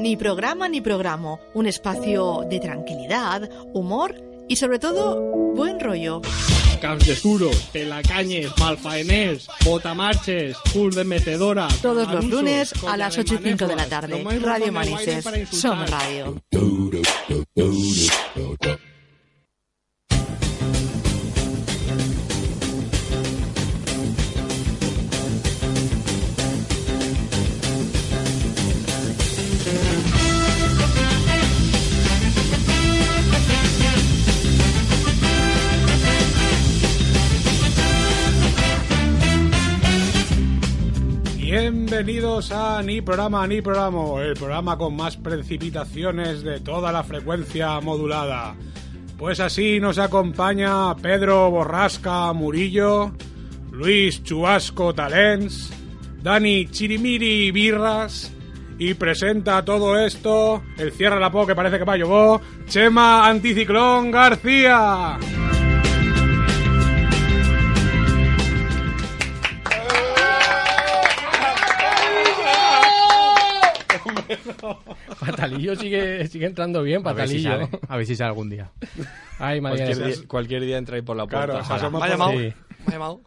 Ni programa ni programa, un espacio de tranquilidad, humor y sobre todo buen rollo. Camps de suros, pelacañes, malfaenés, botamarches, curs de metedora. Todos los lunes a las 8 y 5 de la tarde. Radio Manises, Son Radio. Bienvenidos a Ni Programa Ni Programa, el programa con más precipitaciones de toda la frecuencia modulada. Pues así nos acompaña Pedro Borrasca Murillo, Luis Chuasco Talens, Dani Chirimiri Birras y presenta todo esto, el cierre la po que parece que va a llover, Chema Anticiclón García. Patalillo sigue, sigue entrando bien, A ver si Patalillo. sale, a ver si sale algún día. Ay, madre mía, Cualquier esas- día, cualquier día entra ahí por la puerta. Claro, ojalá. se asoma Me ha por- llamado. Sí. Me ha llamado.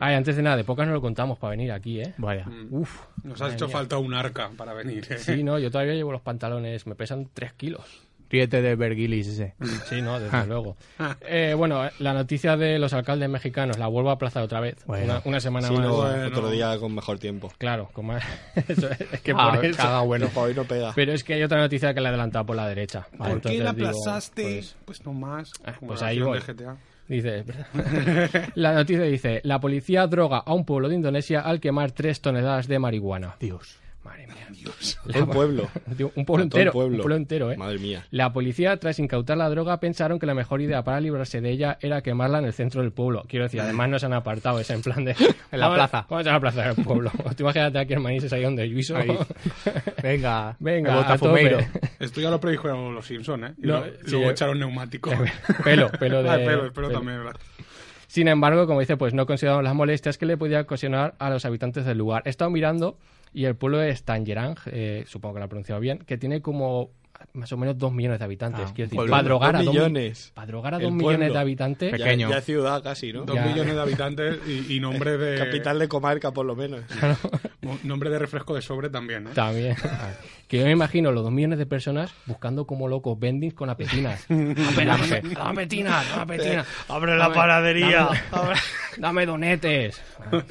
Ay, antes de nada, de pocas no lo contamos para venir aquí, ¿eh? Vaya. Mm. Uf. Nos has madre hecho mía. falta un arca para venir. ¿eh? Sí, no, yo todavía llevo los pantalones, me pesan 3 kilos. Ríete de Berguilis ese. Ah. Sí, no, desde luego. Eh, bueno, la noticia de los alcaldes mexicanos la vuelvo a aplazar otra vez. Bueno. Una, una semana Sí, más. no, Bueno. Otro día con mejor tiempo. Claro, con más. Eso es, es que Ah, por eso. caga, bueno, para hoy no pega. Pero es que hay otra noticia que la he adelantado por la derecha. ¿Por qué Ah, Entonces la digo, aplazaste? pues- pues, no más. Ah, como pues la ahí versión voy. de GTA. Dice, la noticia dice, la policía droga a un pueblo de Indonesia al quemar tres toneladas de marihuana. Dios. Madre mía. Todo el pueblo. Tío, Un pueblo A todo el entero. pueblo. Un pueblo entero, ¿eh? Madre mía. La policía, tras incautar la droga, pensaron que la mejor idea para librarse de ella era quemarla en el centro del pueblo. Quiero decir, además no se han apartado, es en plan de... En la Vamos- plaza. Vamos a la plaza del pueblo. Tú imagínate aquí en Manises, ahí donde yo hizo. Ahí. Venga, Venga, el botafumeiro. botafumeiro. Esto ya lo predijeron los Simpsons, ¿eh? Y No, lo- eh, sí, luego eh. echaron neumático. Pelo, pelo de... Ah, pelo, el pelo pelo. también, ¿verdad? Sin embargo, como dice, pues no consideraron las molestias que le podía ocasionar a los habitantes del lugar. He estado mirando y el pueblo de Stangerang, eh, supongo que lo he pronunciado bien, que tiene como más o menos dos millones de habitantes. Ah, Quiero decir, pueblo. para drogar, Dos a dos mi- millones. pa' drogar a El dos millones pueblo. de habitantes. Ya- Pequeño. Ya, es ciudad casi, ¿no? Dos Ya. millones de habitantes y, y nombre Eh, de. Capital de comarca, por lo menos. mo- Nombre de refresco de sobre también, ¿eh? También. que yo me imagino los dos millones de personas buscando como locos vendings con apetinas. Apetinaje, dame apetinas, dame apetinas. Abre la Dame- panadería. Dame, dame donetes.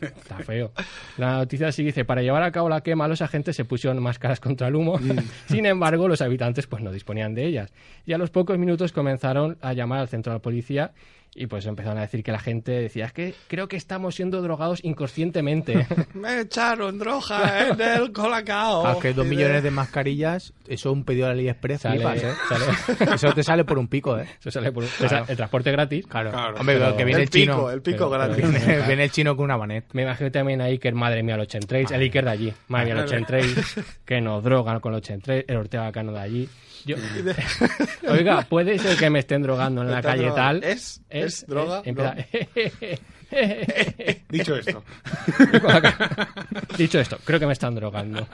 Está feo. La noticia sigue dice, para llevar a cabo la quema, los agentes se pusieron máscaras contra el humo. Mm. Sin embargo, los habitantes pues no disponían de ellas. Y a los pocos minutos comenzaron a llamar al centro de la policía y pues empezaron a decir que la gente decía, es que creo que estamos siendo drogados inconscientemente. Me echaron droga en el colacao. Ah, que dos millones de mascarillas, eso es un pedido de AliExpress, Sale- flipas, ¿eh? sale- Eso te sale por un pico, ¿eh? Eso sale por un- Claro. el transporte gratis. Claro. Claro. Hombre, Pero- que viene el, el chino. pico, el pico Pero- grande. pero- viene el chino con una manet. Me imagino también a Iker, madre mía, los chemtrails, el Iker de allí, madre mía, los chemtrails, que nos drogan con los chemtrails, el Ortega Cano de allí. Yo- Oiga, puede ser que me estén drogando en Me la están calle drogando. tal. ¿Eh? ¿Es? ¿Es droga? en plan- Dicho esto, Dicho esto, creo que me están drogando.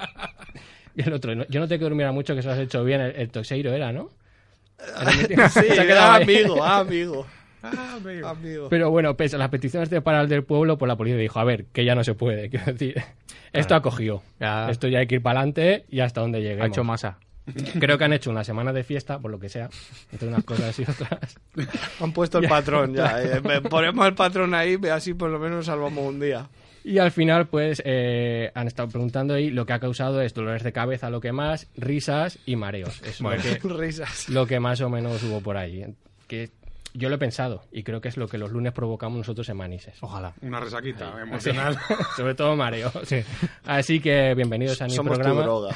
Y el otro, no- yo no te que durmiera mucho, que se lo has hecho bien, el, el toxeiro era, ¿no? Sí, Se ha quedado ah, ahí. amigo, ah, amigo. Ah, amigo. Amigo. Pero bueno, pese a las peticiones de parar del pueblo, pues la policía dijo, a ver, que ya no se puede. Quiero decir, esto ha cogido. Ah. Ya. Esto ya hay que ir para adelante y hasta donde Ha lleguemos. hecho masa. Creo que han hecho una semana de fiesta, por lo que sea, entre unas cosas y otras. Han puesto el patrón ya. eh. Ponemos el patrón ahí, ve así por lo menos salvamos un día. Y al final, pues, eh, han estado preguntando y lo que ha causado es dolores de cabeza, lo que más, risas y mareos. Es lo, que, Risas. lo que más o menos hubo por allí. Que yo lo he pensado y creo que es lo que los lunes provocamos nosotros en Manises. Ojalá. Una resaquita emocional. Sobre todo mareos. Así que bienvenidos a mi Somos tu programa. droga.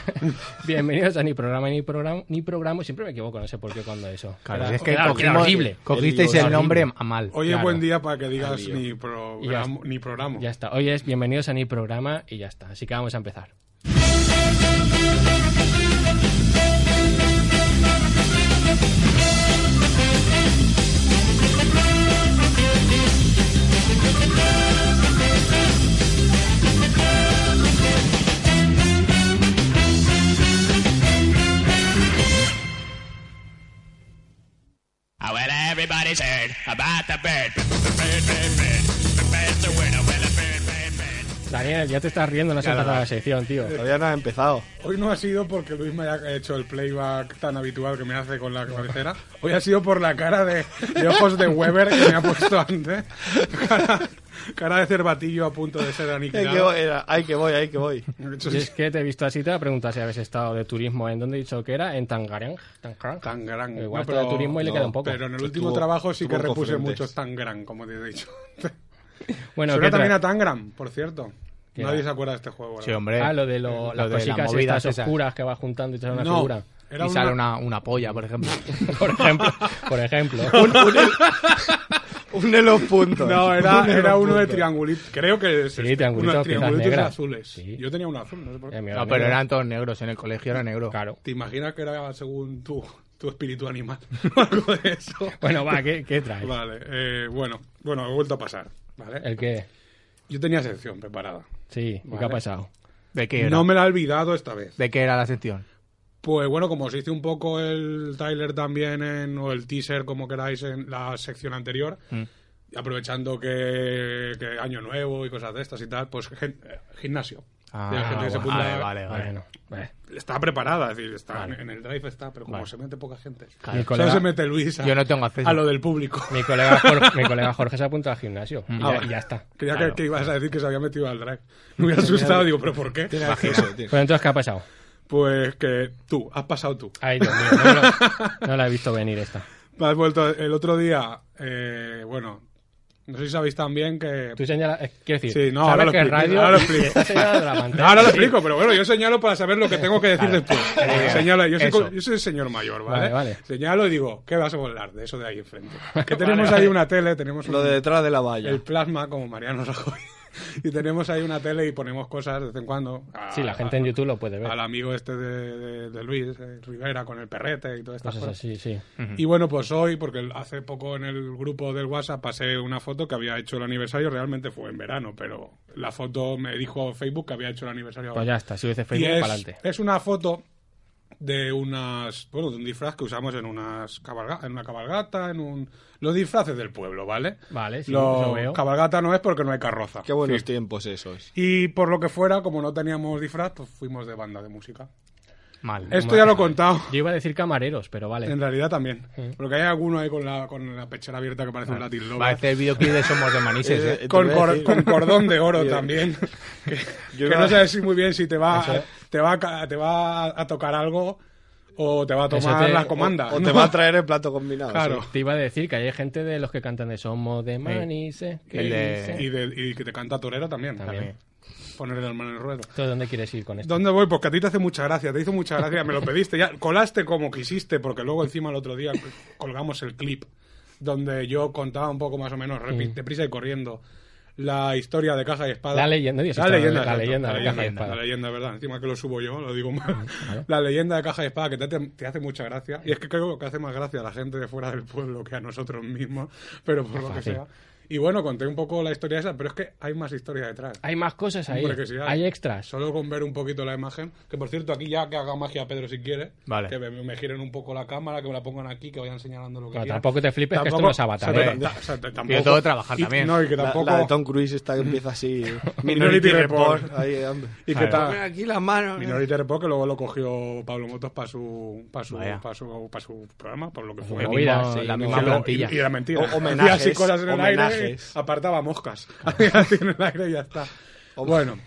Bienvenidos a ni programa ni programa ni programa. Siempre me equivoco, no sé por qué cuando eso. Claro, Era- es que era- era cogimos- horrible. cogisteis El el, lío. nombre a mal. Hoy es Claro. buen día para que digas Al lío. ni, programo- Y ya está. ni programa. Ya está. Hoy es bienvenidos a ni programa y ya está. Así que vamos a empezar. Ah, Everybody's heard about the bird. Bird, bird, bird. The bird's a winner. Well, a bird, bird, bird. Daniel, ya te estás riendo, no se Claro. trata de la sección, tío. Todavía no has empezado. Hoy no ha sido porque Luis me haya hecho el playback tan habitual que me hace con la cabecera. Hoy ha sido por la cara de, de ojos de Weber que me ha puesto antes. Cara, cara de cervatillo a punto de ser Ay, que aniquilado. voy, era- ay, que voy, ay, que voy. De hecho, Y es que te he visto así, te voy a preguntar si habéis estado de turismo. ¿En dónde he dicho que era? En Tangarang. Tangarang. Tangarang. Igual No, está de turismo y le no, queda un poco. Pero en el último Estuvo- trabajo sí que estuvo repuse cofrentes. muchos Tangram, como te he dicho. Bueno, Suena ¿qué tra- también a Tangram, por cierto. ¿Qué Nadie era? se acuerda de este juego. ¿verdad? Sí, hombre. Ah, lo de lo, las de las cositas movidas estas esas. oscuras que vas juntando y te sale una No, figura. era y una- sale una, una polla, por ejemplo. Por ejemplo. Por ejemplo. Une los puntos. No, era, era uno de triangulitos. Creo que es Sí, este, triangulitos, unos piezas triangulitos negras. azules. Sí. Yo tenía uno azul, no sé por qué. Eh, mira, No, mira. pero eran todos negros. En el colegio era negro. Claro. ¿Te imaginas que era según tu, tu espíritu animal? O algo de eso. Bueno, va, ¿qué, qué traes? Vale, eh, bueno, bueno, he vuelto a pasar. ¿vale? ¿El qué? Yo tenía sección preparada. Sí, ¿y ¿qué Vale. ha pasado? ¿De qué era? No me la he olvidado esta vez. ¿De qué era la sección? Pues bueno, como os hice un poco el trailer también, en- o el teaser, como queráis, en la sección anterior, Mm. aprovechando que, que Año Nuevo y cosas de estas y tal, pues gen- eh, gimnasio. Ah, De la gente que se vale, apunta- vale, vale. Bueno, vale. Está preparada, es decir, está en, en el drive está, pero como Vale. se mete poca gente. Mi, Solo se colega, mete Luis a, Yo no tengo acceso. a lo del público. mi, colega Jorge, mi colega Jorge se apunta al gimnasio. Y, Ah, ya, vale. y ya está. Creía que- Claro. que, ibas a decir que se había metido al drive. Me hubiera asustado, digo, ¿pero por qué? Tiene acceso, tío. Pero entonces, ¿qué ha pasado? Pues que tú, has pasado tú. Ay, Dios mío, no, lo- no la he visto venir esta. Has vuelto el otro día, eh, bueno, no sé si sabéis también que... Tú señalas, eh, quiero decir, Sí, no, ahora sabes lo que es explico, radio ahora lo y explico. está señalando la No, pantalla. ahora lo explico, pero bueno, yo señalo para saber lo que tengo que decir después. Eh, Señala, yo soy, eso. co- yo soy señor mayor, ¿vale? Vale, vale. Señalo y digo, ¿qué vas a volar de eso de ahí enfrente? Que tenemos ahí una tele, tenemos Lo un- de detrás de la valla. el plasma como Mariano Rajoy. Y tenemos ahí una tele y ponemos cosas de vez en cuando. Ah, a- Sí, la gente en YouTube lo puede ver. Al amigo este de, de- de Luis eh, Rivera con el perrete y todas estas Cosas cosas. así, sí. Y bueno, pues hoy, porque hace poco en el grupo del WhatsApp pasé una foto que había hecho el aniversario, realmente fue en verano, pero la foto me dijo Facebook que había hecho el aniversario. Pues ya está, si dices y Facebook, es, para adelante. es una foto de unas bueno, de un disfraz que usamos en unas cabalga- en una cabalgata, en un los disfraces del pueblo, ¿vale? Vale, sí, Lo- lo veo. Cabalgata no es porque no hay carroza. Qué buenos tiempos esos. Y por lo que fuera, como no teníamos disfraz, pues fuimos de banda de música. Mal. Esto ya lo he contado. Yo iba a decir camareros, pero vale. En realidad también. Porque hay alguno ahí con la, con la pechera abierta que parece un latin lover. Va a hacer el videoclip de Somos de Manises, Eh, ¿eh? te Con, Ah, voy a cor- decir- con cordón de oro Yo- también. Que, yo que iba- no sabes si muy bien si te va, te va, a ca- te va a tocar algo o te va a Eso tomar te- las comandas. O ¿no? te va a traer el plato combinado. Claro. Pues, Te iba a decir que hay gente de los que cantan de Somos de Manises. que El de- dice- Y, de- y que te canta torera también. También. Poner el mano en el ruedo. ¿Tú dónde quieres ir con esto? ¿Dónde voy? Porque a ti te hace mucha gracia, te hizo mucha gracia, me lo pediste, ya colaste como quisiste, porque luego encima el otro día colgamos el clip donde yo contaba un poco más o menos repi- deprisa y corriendo la historia de Caja y Espada. Mm. La leyenda, dices, la la- leyenda, la exacto, leyenda de Caja y Ah, leyenda, Espada. La leyenda, verdad, encima que lo subo yo, lo digo mal. La leyenda de Caja y Espada que te, hace- te hace mucha gracia, y es que creo que hace más gracia a la gente de fuera del pueblo que a nosotros mismos, pero por lo que Fácil. sea. Y bueno, conté un poco la historia esa, pero es que hay más historia detrás. Hay más cosas ahí. Hombre, que sí hay extras. Solo con ver un poquito la imagen. Que por cierto, aquí ya que haga magia Pedro si quiere. Vale. Que me, me giren un poco la cámara, que me la pongan aquí, que vayan señalando lo que Pero quieran. tampoco te flipes que esto no es Avatar. o sea, ¿eh? ta- ta- o sea, ta- Yo tampoco- tengo que trabajar y- también. No, y que La- tampoco... La, de Tom Cruise está que empieza así. Minority Report. Ahí, hombre. Ah, y que Claro. ta- Pon aquí las manos. Minority Report, que luego lo cogió Pablo Motos para su, para su, Vaya. para su, para su programa, por lo que Pues fue. El movida, mismo- sí, la no. misma Y lo- plantilla. Y, y era mentira. O- Hacía homenajes, así cosas en el aire, homenajes. apartaba moscas. Hacía así en el aire y ya está. Hom- Bueno,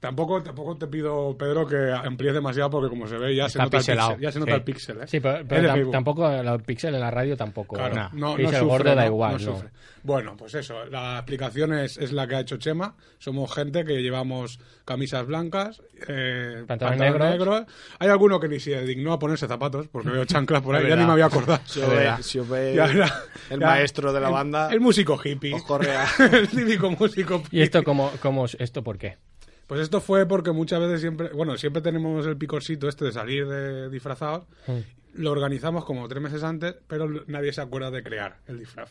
tampoco, tampoco te pido, Pedro, que amplíes demasiado porque como se ve ya se Está nota pixelado, el píxel. Ya se nota sí. el píxel, ¿eh? Sí, pero, Es pero de tam- Facebook. tampoco los píxeles en la radio tampoco. Claro, no. no, no Píxel sufre, gordo da no, igual. no no. sufre. Bueno, pues eso, la explicación es, es la que ha hecho Chema. Somos gente que llevamos camisas blancas, eh, Pantalones pantalones negros. negros. Hay alguno que ni se dignó a ponerse zapatos porque veo chanclas por Es ahí, ya ni verdad. me había acordado. Si De os ve- verdad. si os ve Ya el, era- ya- maestro de la el- banda, El, músico hippie. os corre a- el típico músico ¿Y esto cómo, cómo es- esto por qué? Pues esto fue porque muchas veces siempre, bueno, siempre tenemos el picorcito este de salir de disfrazados. Lo organizamos como tres meses antes, pero nadie se acuerda de crear el disfraz.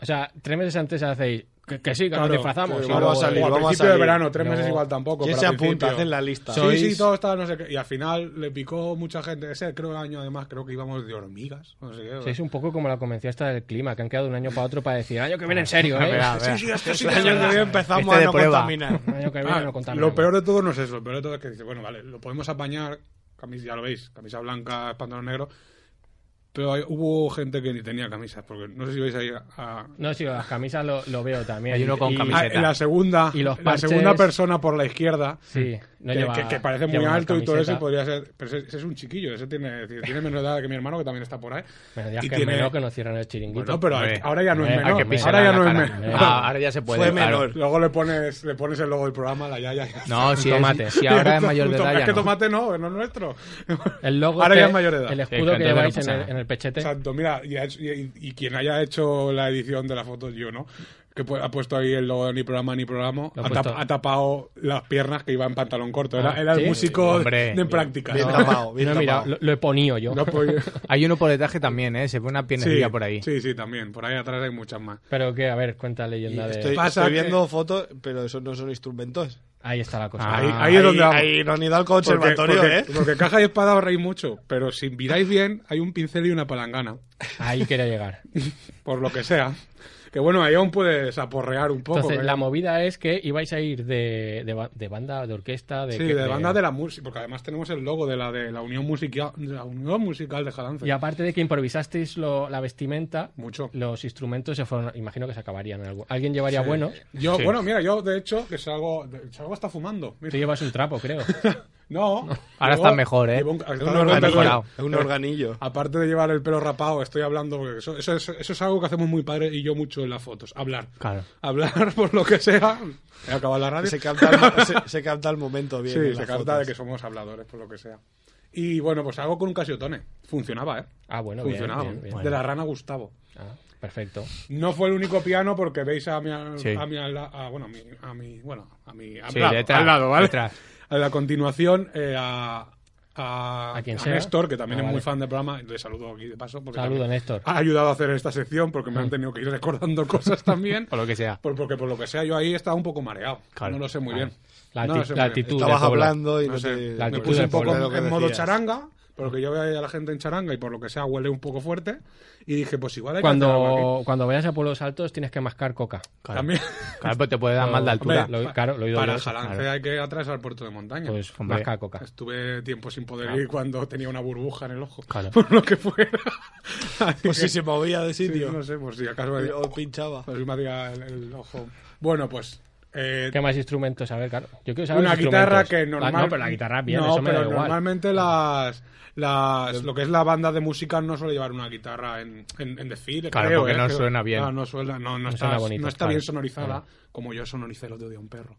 O sea, tres meses antes hacéis que, que sí, que Claro, nos disfrazamos. que y vamos luego, a salir, eh, o al vamos a principio de salir. verano, tres Luego- meses igual tampoco. ¿Quién pero se al apunta? principio. Hacen la lista. Sí, sí, Sois- todo estaba no sé qué. Y al final le picó mucha gente. Ese creo el año además, creo que íbamos de hormigas. No sé qué. sí, es un poco como la convención esta del clima, que han quedado de un año para otro para decir, año que viene en serio, ¿eh? Vea, vea. El Este año que viene empezamos Este de a no prueba. contaminar. año que viene Ah, no contaminamos. lo peor de todo no es eso. Lo peor de todo es que dice, bueno, vale, lo podemos apañar. Camisa, ya lo veis, camisa blanca, pantalón negro. Pero hay- hubo gente que ni tenía camisas, porque no sé si veis ahí a- a, No, sí, las camisas lo, lo veo también. Hay uno con Y- Ah, camiseta. en la segunda, Y los en parches- la segunda persona por la izquierda, Sí, no que, lleva- que- que parece muy lleva una alto y todo eso, camiseta. y podría ser. Pero ese, ese es un chiquillo, ese tiene, tiene menos edad que mi hermano, que también está por ahí. Menos días y que tiene- menos que nos cierran el chiringuito. Bueno, pero Hombre, ahora ya no es hombre, menor. a que pise Ahora la ya no es cara. menor. Ah, ahora ya se puede. Fue claro. menor. Luego le pones, le pones el logo del programa, la yaya. ya. No, si, es- Tomate. si ahora es mayor de Tomate- edad Es ya que no. tomate no, no es nuestro. El logo ahora este, ya es mayor de edad. El Sí, escudo entonces que no lleváis en pasa el, nada. en el pechete. Exacto, mira, y, ha hecho- y- y- y quien haya hecho la edición de la foto, yo, ¿no? Que pu- ha puesto ahí el logo de ni programa ni programa, Lo ha ha, puesto. tap- ha tapado las piernas que iba en pantalón corto. Era, Ah, era el ¿sí? músico Hombre, de en bien, práctica. bien ¿no? tapado, bien No, mira, tapado. lo, lo he ponido yo. No pues- podía- Hay uno por detrás que también, ¿eh? Se ve una piernecilla por ahí. Sí, sí, también. Por ahí atrás hay muchas más. Pero que, a ver, cuenta leyenda de... Estoy, eh, Pasa estoy que- viendo fotos, pero esos no son instrumentos. Ahí está la cosa. Ah, ahí, ahí es donde vamos. ahí no han ido al Porque- conservatorio, porque, ¿eh? porque caja y espada os reís mucho, pero si miráis bien, hay un pincel y una palangana, Ahí quería llegar. por lo que sea. Que bueno, ahí aún puedes aporrear un poco. Entonces, ¿eh? la movida es que ibais a ir de, de, ba- de banda, de orquesta, de... Sí, que- de banda de la música, porque además tenemos el logo de la de la Unión Musical, de la Unión Musical de Jalance. Y aparte de que improvisasteis lo- la vestimenta, Mucho. los instrumentos se fueron... Imagino que se acabarían. en algún- Alguien llevaría buenos. Yo, Sí. bueno, mira, yo de hecho que salgo, de- salgo hasta fumando. mira. Tú llevas un trapo, creo. No. Ahora llevo- está mejor, ¿eh? llevo un- está Es un mejor, organillo. mejorado. Es un organillo. Aparte de llevar el pelo rapado, estoy hablando, porque eso, eso, es- eso es algo que hacemos muy padre y yo mucho en las fotos, hablar. Claro. Hablar por lo que sea. He acabado la radio. Se capta, el, se, se capta el momento bien. en sí, las se capta de fotos. que somos habladores por lo que sea. Y bueno, pues hago con un casiotone. Funcionaba, ¿eh? Ah, bueno, bien, Funcionaba. bien, bien. De la rana Gustavo. Ah, perfecto. No fue el único piano porque veis a mi, al- Sí. a mi, al- a- bueno, a mi, a mi- bueno, a mi, al Sí, lado, detrás, al lado, ¿vale? detrás. A la continuación, eh, a, a, A quien sea. Néstor, que también Ah, es muy vale. fan del programa, le saludo aquí de paso. Porque Saludo, también Néstor. Ha ayudado a hacer esta sección porque me han tenido que ir recordando cosas también. O lo que sea. Por- porque por lo que sea, yo ahí estaba un poco mareado. Claro, no lo sé muy claro. bien. La, No ati- lo sé la muy bien. Eh, actitud Estabas del pueblo. hablando y no, No sé, te- la me actitud puse del un poco pueblo. lo que en modo decías. charanga, porque yo veía a la gente en charanga y por lo que sea huele un poco fuerte. Y dije, pues igual hay que hacer algo aquí. Cuando, cuando vayas a pueblos altos tienes que mascar coca. Claro. También. Claro, pues te puede dar mal de Hombre, altura. lo- claro, lo he oído yo Para eso, Jalance claro. hay que atravesar el puerto de montaña. Pues Hombre. masca coca. Este- Estuve tiempo sin poder ir cuando tenía una burbuja en el ojo. Claro. Por lo que fuera. Así Pues que- si se movía de sí, sitio. no sé, Pues, por si acaso me, O pinchaba. por si me hacía el, el ojo. Bueno, pues. eh, ¿Qué más instrumentos? A ver, claro. Yo quiero saber una los guitarra instrumentos. que La- normal... no, pero la guitarra bien, No, eso me pero da igual. Ah. normalmente las, las... Lo que es la banda de música no suele llevar una guitarra en, en, en desfile, Claro, creo, porque ¿eh? no Creo- suena bien. No, no suena, no, no, está, suena bonito, no está claro. bien sonorizada Claro. como yo sonoricé el otro día un perro.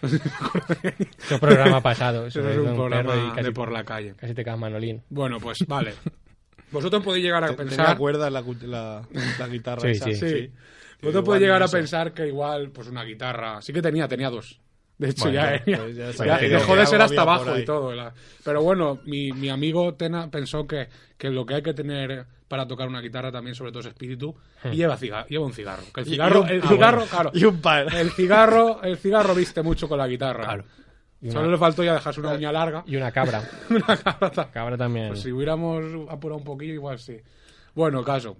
Este programa pasado. Eso sobre es todo un perro y programa casi- de por la calle. Casi te cagas Manolín. Bueno, pues vale. Vosotros podéis llegar a Tenía pensar... cuerda la, cu- la, la guitarra Sí, esa. sí. Sí. Igual Vosotros podéis llegar no a sé. pensar que igual, pues una guitarra... Sí que tenía, tenía dos. De hecho, Bueno, ya, ya, pues ya ya sabía que dejó de algo ser hasta había por abajo ahí. y todo. la- Pero bueno, mi, mi amigo Tena pensó que, que lo que hay que tener para tocar una guitarra también, sobre todo es espíritu, y lleva, ciga- lleva un cigarro. Que el Hmm. Y- y cigarro, un- el ah, cigarro, bueno. claro. Y un par. El cigarro, el cigarro viste mucho con la guitarra. Claro. Solo le faltó ya dejarse una uña larga. Y una cabra. Una cabra ta- Cabra también. pues si hubiéramos apurado un poquillo, igual sí. Bueno, caso.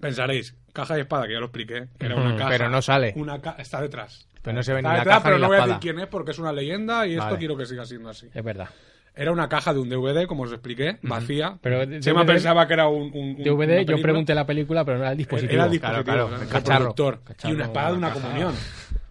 Pensaréis, caja y espada, que ya lo expliqué. que era una Ujú, caja. pero no sale. Una ca- está detrás. Pero no se ve ni Está la detrás, caja pero ni no la voy a espada. decir quién es porque es una leyenda y esto Vale. quiero que siga siendo así. Es verdad. Era una caja de un DVD, como os expliqué, vacía. Pero de- Chema DVD pensaba que era un. un- un- una DVD, yo película. pregunté la película, pero no era el dispositivo. Era el dispositivo, dispositivo, claro, ¿no? el El cacharro. reproductor. y Cacharro, una espada de una una caja. comunión.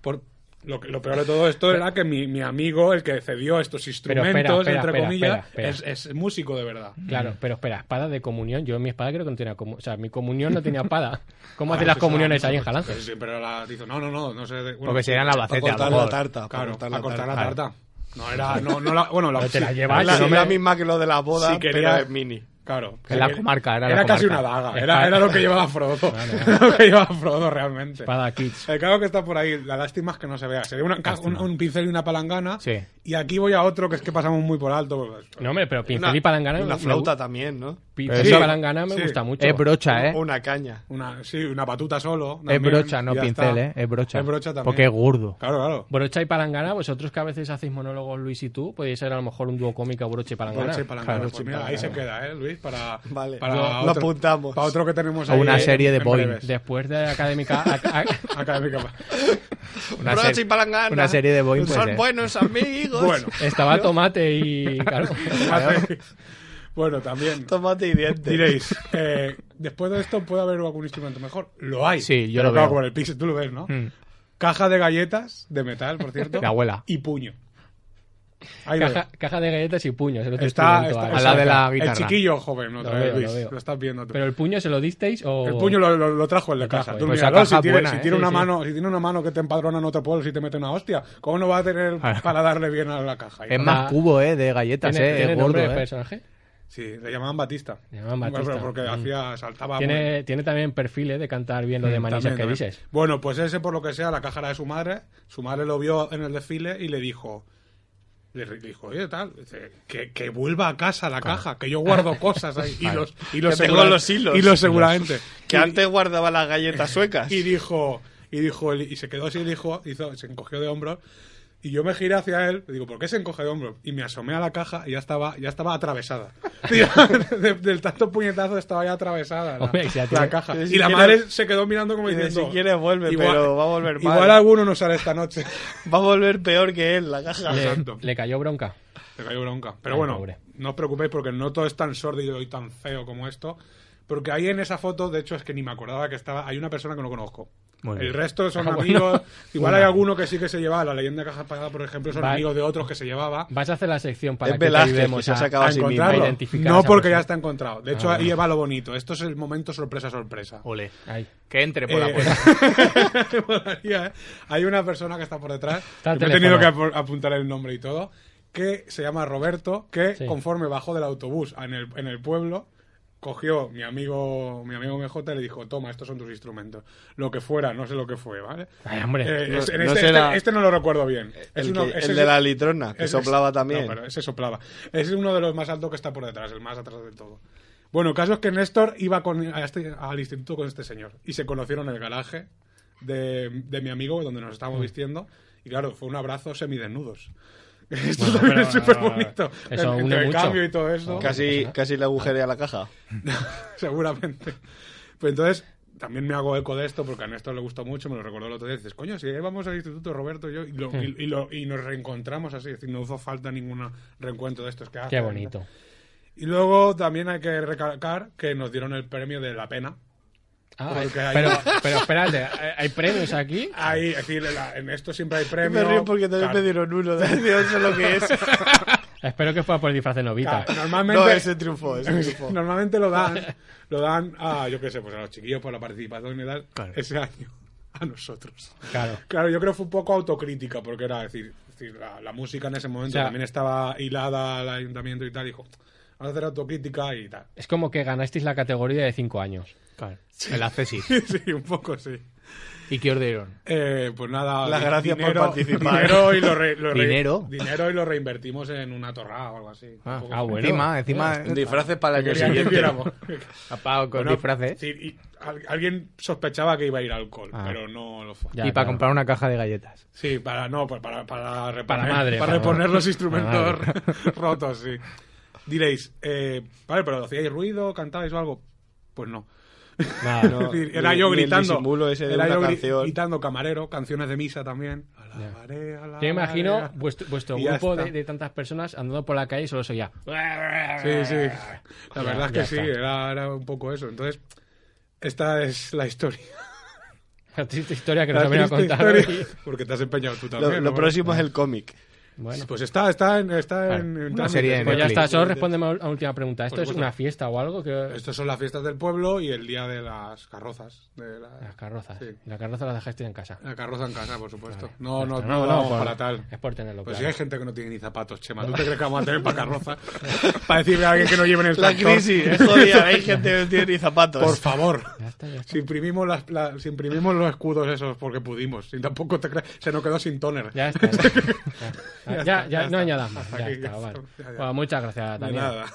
Por, lo, que- lo peor de todo esto era que mi, mi amigo, el que cedió estos espera, instrumentos, espera, entre espera, comillas, espera, espera. Es, es músico de verdad. Claro, pero espera, espada de comunión. Yo en mi espada creo que no tenía comunión. O sea, mi comunión no tenía espada. Ah, Pues ¿Cómo hacen las comuniones ahí en Jalance? pues, eh, Pero siempre la dice, no, no, no, no sé. de- bueno, Porque sería en Para Albacete, a lo cortar la mejor. tarta. para Claro, cortar a la cortar tarta. la tarta. No era, no, no la, bueno, la No te la sí, llevas, la- Es la, no me- la misma que lo de la boda, Sí, quería- pero es mini. Claro. En la comarca, era la casi una comarca. daga, era, era lo que llevaba Frodo. Era lo que llevaba Frodo realmente. Espada Kids. El cabo que está por ahí, la lástima es que no se vea. Sería una ca- un, un pincel y una palangana. Sí. Y aquí voy a otro que es que pasamos muy por alto. pues, No, hombre, pero pincel Una- y palangana. Una me- flauta también, ¿no? Pizza Eh, Sí, y palangana me sí. gusta mucho. Es brocha, ¿eh? Una caña. Una, sí, una batuta solo. Es también, brocha, no ya pincel, está. ¿eh? Es brocha. Es brocha también. Porque es gordo. Claro, claro. Brocha y palangana, vosotros que a veces hacéis monólogos Luis y tú, podéis ser a lo mejor un dúo cómico Brocha y palangana. Brocha y palangana. Claro. Pues mira, ahí se queda, ¿eh, Luis? Para, Vale, para lo- lo apuntamos. Para otro que tenemos O ahí una en- serie de en Boeing. breves. Después de académica. a- a- Académica. Una Brocha serie- y palangana. una serie de Boeing, Son pues, eh. buenos amigos. Bueno, estaba tomate y. Claro. bueno, también Tomate y dientes. diréis, eh, después de esto puede haber algún instrumento mejor. Lo hay. Sí, yo Pero lo claro, veo. como en el Pixel, tú lo ves, ¿no? Mm. Caja de galletas, de metal, por cierto. La abuela. Y puño. Ahí lo Caja, veo. caja de galletas y puños. el otro Está, instrumento, está- ahora. Al lado de la el guitarra. chiquillo joven, otra Lo vez, veo, Luis. lo veo. Lo estás viendo tú. Pero el puño se lo disteis o. El puño lo, lo- lo trajo el de Lo trajo, casa. eh. Tú Pues esa míralo, si caja tiene, buena, si ¿eh? tiene Sí, una sí. mano, si tiene una mano que te empadrona en otro pueblo si te mete una hostia, ¿cómo no va a tener para darle bien a la caja? Em- Es más cubo, ¿eh? De galletas, ¿Tiene, ¿eh? tiene Es gordo, nombre de ¿eh? personaje? Sí, le llamaban Batista. Le llamaban Batista. Bueno, porque Mm. hacía, saltaba. muy- Tiene, tiene también perfil eh, de cantar bien lo de manillas Ah, Mm, también, que también. dices. Bueno, pues ese por lo que sea, la caja era de su madre. Su madre lo vio en el desfile y le dijo, le re- dijo, oye, tal, dice, que, que vuelva a casa la caja, que yo guardo cosas ahí y los, y los, Que tengo segura- los hilos. Y los seguramente. Que antes guardaba las galletas suecas. y dijo y dijo él- y se quedó así el hijo hizo se encogió de hombros y yo me giré hacia él y digo ¿por qué se encoge de hombros? y me asomé a la caja y ya estaba ya estaba atravesada Tío, de- del tanto puñetazo estaba ya atravesada la, Hombre, si ya la tiene- caja que y si la quiere- madre se quedó mirando como que diciendo si quiere vuelve, pero va a volver mal". igual alguno no sale esta noche Eh, Va a volver peor que él, la caja. Le, Exacto. le cayó bronca. Te cayó bronca. Pero Ay, bueno, pobre. no os preocupéis porque no todo es tan sórdido y tan feo como esto. Porque ahí en esa foto, de hecho, es que ni me acordaba que estaba. Hay una persona que no conozco. Muy el bien. resto son Ah, bueno. amigos. Igual hay alguno que sí que se llevaba. La leyenda de Caja Pagada, por ejemplo, son Va- amigos de otros que se llevaba. Vas a hacer la sección para es que te Velázquez, ayudemos que se a- ha sacado A a sí mismo. encontrarlo. identificar a No esa porque ya persona. está encontrado. De hecho, Ah, ahí bueno. va lo bonito. Esto es el momento sorpresa, sorpresa. Ole. Ahí. Que entre por la Eh, puerta. me molaría, ¿eh? Hay una persona que está por detrás. Está que me he tenido que telefonando. apu- apuntar el nombre y todo. Que se llama Roberto. Que Sí. conforme bajó del autobús en el, en el pueblo. Cogió mi amigo, mi amigo MJ y le dijo, toma, estos son tus instrumentos. Lo que fuera, no sé lo que fue, ¿vale? Ay, hombre. Eh, No- es- en no este, será- este- este no lo recuerdo bien. Es el uno- que- es el de la litrona, que es- soplaba es- también. no, pero ese soplaba. Es uno de los más altos que está por detrás, el más atrás de todo. Bueno, el caso es que Néstor iba con, a este- al instituto con este señor y se conocieron en el garaje de, de mi amigo donde nos Mm. estábamos vistiendo. Y claro, fue un abrazo semidesnudos. Esto Bueno, también pero- es súper bonito. eso el, une entre el mucho. cambio y todo eso. Casi, casi le agujerea la caja. seguramente. Pues entonces, también me hago eco de esto porque a Néstor le gustó mucho, me lo recordó el otro día. Dices, coño, si íbamos al instituto Roberto y yo y, lo- y- y lo- y nos reencontramos así, es decir, no hizo falta ningún reencuentro de estos que hacen. Qué bonito. Y luego también hay que recalcar que nos dieron el premio de la pena. Ah, Porque hay- pero, pero espérate, ¿hay hay premios aquí? Ahí, es decir, en la- en esto siempre hay premio. Me río porque también Claro. me dieron uno. Dios, sé lo que es. Espero que fuera por el disfraz de novita. Claro, normalmente, No, ese triunfó, ese triunfó. normalmente lo dan, lo dan a, yo qué sé, pues a los chiquillos por la participación y tal, ese año, a nosotros. Claro. Claro, yo creo que fue un poco autocrítica, porque era decir, decir, la, la música en ese momento O sea, también estaba hilada al ayuntamiento y tal, dijo, vamos a hacer autocrítica y tal. Es como que ganasteis la categoría de 5 años. Claro. El accesis. sí, un poco sí. ¿Y qué os dieron? Eh, pues nada, Las di- gracias por participar. Dinero y lo, re- lo re- Dinero. dinero y lo reinvertimos en una torrada o algo así. Ah, Tampoco- ah, bueno. Encima, Eh, encima. Disfraces para el año Querían que hiciéramos. Tapado con Bueno, disfraces. sí, y al- alguien sospechaba que iba a ir alcohol, ¿eh? Ah. pero no lo fue. Ya, y para claro. comprar una caja de galletas. Sí, para no, para, para, para reponer, Para madre, para para- reponer los para instrumentos rotos, sí. Diréis, eh, vale, pero ¿hacíais ruido? ¿Cantabais o algo? Pues no. Nada, Es decir, ni- era yo ni el gritando. disimulo ese de era una yo gri- canción. gritando camarero, canciones de misa también. Alabaré, Yo alabaré, imagino alabaré. vuestro, vuestro Y Ah, ya grupo está. de, de tantas personas andando por la calle y solo se oía. Sí, sí. La Ya, verdad es ya que sí, está. era, era un poco eso. Entonces, esta es la historia. La "Ah, triste historia que nos La han venido a triste contar. hoy. historia. Porque te has empeñado tú también. Lo, ¿no? lo próximo es el cómic. Bueno, Pues está, está en. Está Claro. en, en Una trámites. serie de pues ya Netflix. está. Solo respóndeme a la última pregunta. ¿Esto Por es supuesto. una fiesta o algo? Que... Estas son las fiestas del pueblo y el día de las carrozas. De la, Las carrozas. Sí. La carroza la dejasteis en casa. la carroza en casa, por supuesto. Vale. No, Ya no, está. no, vamos por- para tal. Es por tenerlo Pues si claro. hay gente que no tiene ni zapatos, Chema. ¿Tú te crees que vamos a tener para carroza? para decirle a alguien que no lleven el La tractor. crisis, es jodida, hay gente que no tiene ni zapatos. Por favor. Ya está, ya está. Si imprimimos, las, la- si imprimimos los escudos esos porque pudimos. Si tampoco te crees. Se nos quedó sin toner. Ya está. Ya, ya, Ya ya, está, ya no está. añadas más. Hasta Ya aquí, está, ya vale. está, ya, ya. Bueno, muchas gracias, De Daniel. nada.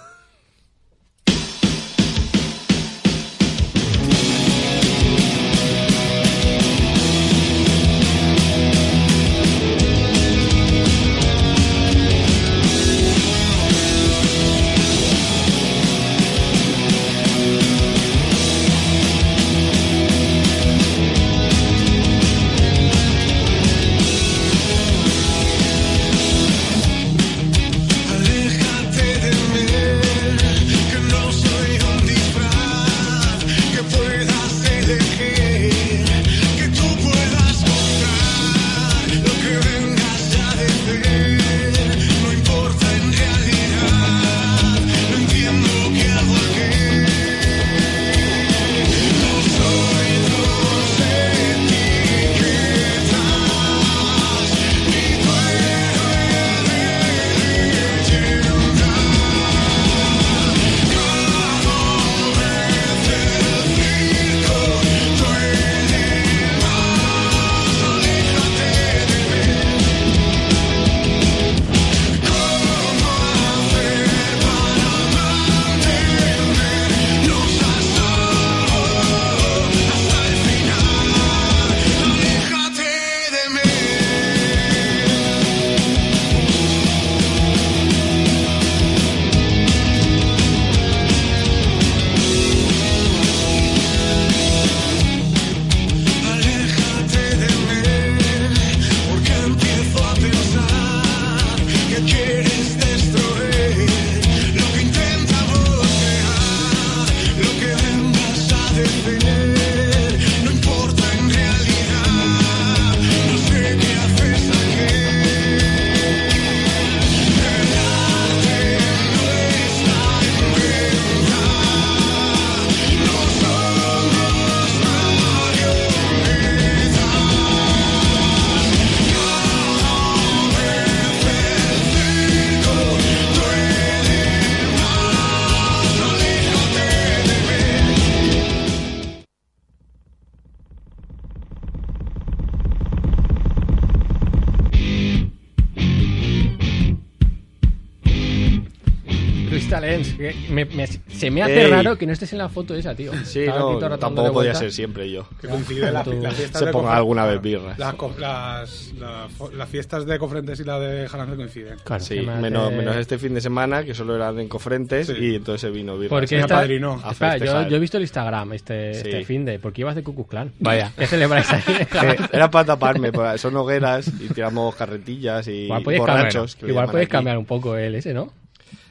Crystal Ends. que me- me- se me hace Ey. raro que no estés en la foto esa, tío. Estaba Sí, aquí no, todo el rato dando tampoco podía vueltas. ser siempre yo. Que coincide las, Tú- las fiestas Se de ponga Cofre- alguna vez birras. Las, co- las, las fo- las fiestas de Cofrentes y la de Jalange coinciden. Claro, Sí, que me hace- menos, menos este fin de semana, que solo eran en cofrentes, Sí. y entonces se vino birras. Porque Me esta- apadrinó a Espera, yo, festejar. yo he visto el Instagram este, Sí. este fin de. Porque ibas de Cucu Clan. Vaya. ¿Qué celebráis ahí? Eh, Era para taparme, para- son hogueras y tiramos carretillas y Igual podéis cambiar, borrachos. que le igual llaman podéis aquí. cambiar un poco el ese, ¿no?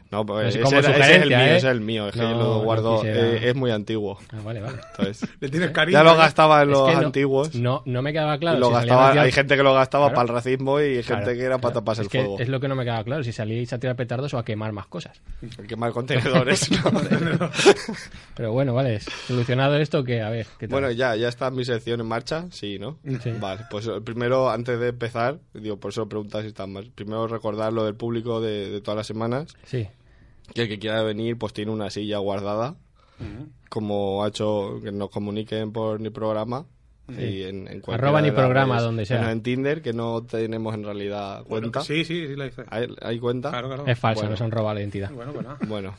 No, pues Pero sí, ese, como era- ese es el mío, sugerencia, ¿eh? ese es el mío. Es que No, yo lo no guardo, quisiera. eh, es muy antiguo. Ah, vale, vale. Entonces, Le tienes cariño. ya lo ¿eh? gastaba en Es los que no- antiguos. No, no me quedaba claro. y lo si salían gastaba, hacia- hay gente que lo gastaba Claro. para el racismo y gente Claro, que era para claro. taparse es el que fuego. Es lo que no me quedaba claro, si salíais a tirar petardos o a quemar más cosas. Hay que mal contenedores. ¿no? Pero bueno, vale, es- solucionado esto que, a ver, ¿qué tal? Bueno, ya, ya está mi sección en marcha, sí, ¿no? Sí. Vale, pues eh, primero, antes de empezar, digo, por eso preguntas si están mal. Primero recordar lo del público de, de todas las semanas, Sí, que el que quiera venir, pues tiene una silla guardada, como ha hecho que nos comuniquen por mi programa. Y en, en cualquiera Arroba Ni de las Programa, redes. donde sea. Bueno, en Tinder, que no tenemos en realidad Bueno, cuenta. que sí, sí, sí la hice. ¿Hay, hay cuenta? Claro, claro. es falso, Bueno. nos han robado la identidad. Bueno, pues nada. Bueno,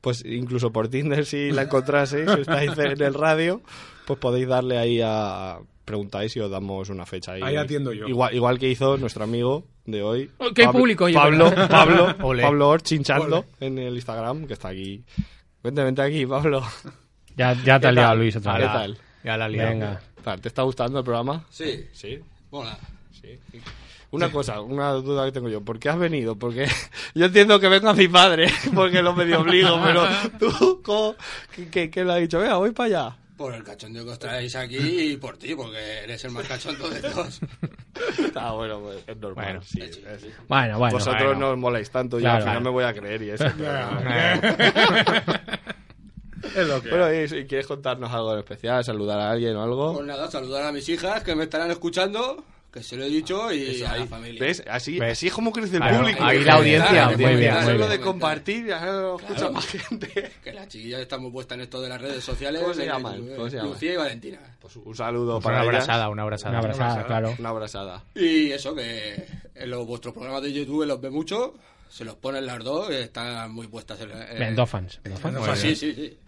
pues incluso por Tinder, si la encontraseis, si estáis en el radio, pues podéis darle ahí a. Preguntáis y os damos una fecha. Ahí, Ahí atiendo yo. Igual, igual que hizo nuestro amigo de hoy. Oh, que hay Pablo- público, oye, Pablo, ¿verdad? Pablo, Ole. Pablo Or chinchando en el Instagram, que está aquí. Vente, vente aquí, Pablo. Ya, ya te ¿Qué has liado, tal? Luis, otra ¿Qué vez. tal? Ya la liamos. Venga. Tal, ¿Te está gustando el programa? Sí, Sí. mola. Sí. Una cosa, una duda que tengo yo. ¿Por qué has venido? Porque yo entiendo que venga mi padre, porque lo medio obligo, pero tú, ¿cómo? ¿Qué, qué, qué le has dicho? Venga, voy para allá. Por el cachondeo que os traéis aquí y por ti, porque eres el más cachondo de todos. Ah, bueno, pues es normal. Bueno. sí, es- Bueno, bueno. Vosotros bueno. no os moláis tanto, yo Claro, al final claro. me voy a creer y eso. pero no. Es lo que. Bueno, y si quieres contarnos algo en especial, saludar a alguien o algo. Pues nada, saludar a mis hijas que me estarán escuchando, que se lo he dicho, y a la familia. ¿Ves? Así, ¿Ves? así es como crece el Claro, público. ahí la audiencia, Claro, muy bien, es muy lo bien. de compartir, ya lo escucha Claro. más gente. Que las chiquillas están muy puestas en esto de las redes sociales. ¿Cómo se en el- llaman? ¿Cómo se llaman? Lucía y Valentina. Un saludo Pues para una ellas. abrazada, una abrazada. Una abrazada, Ah, claro. Una abrazada. Y eso, que en los, vuestros programas de YouTube los ve mucho, se los ponen las dos, que están muy puestas en... en- Bien, dos fans. dos fans. O sea, ¿eh? sí, sí, sí.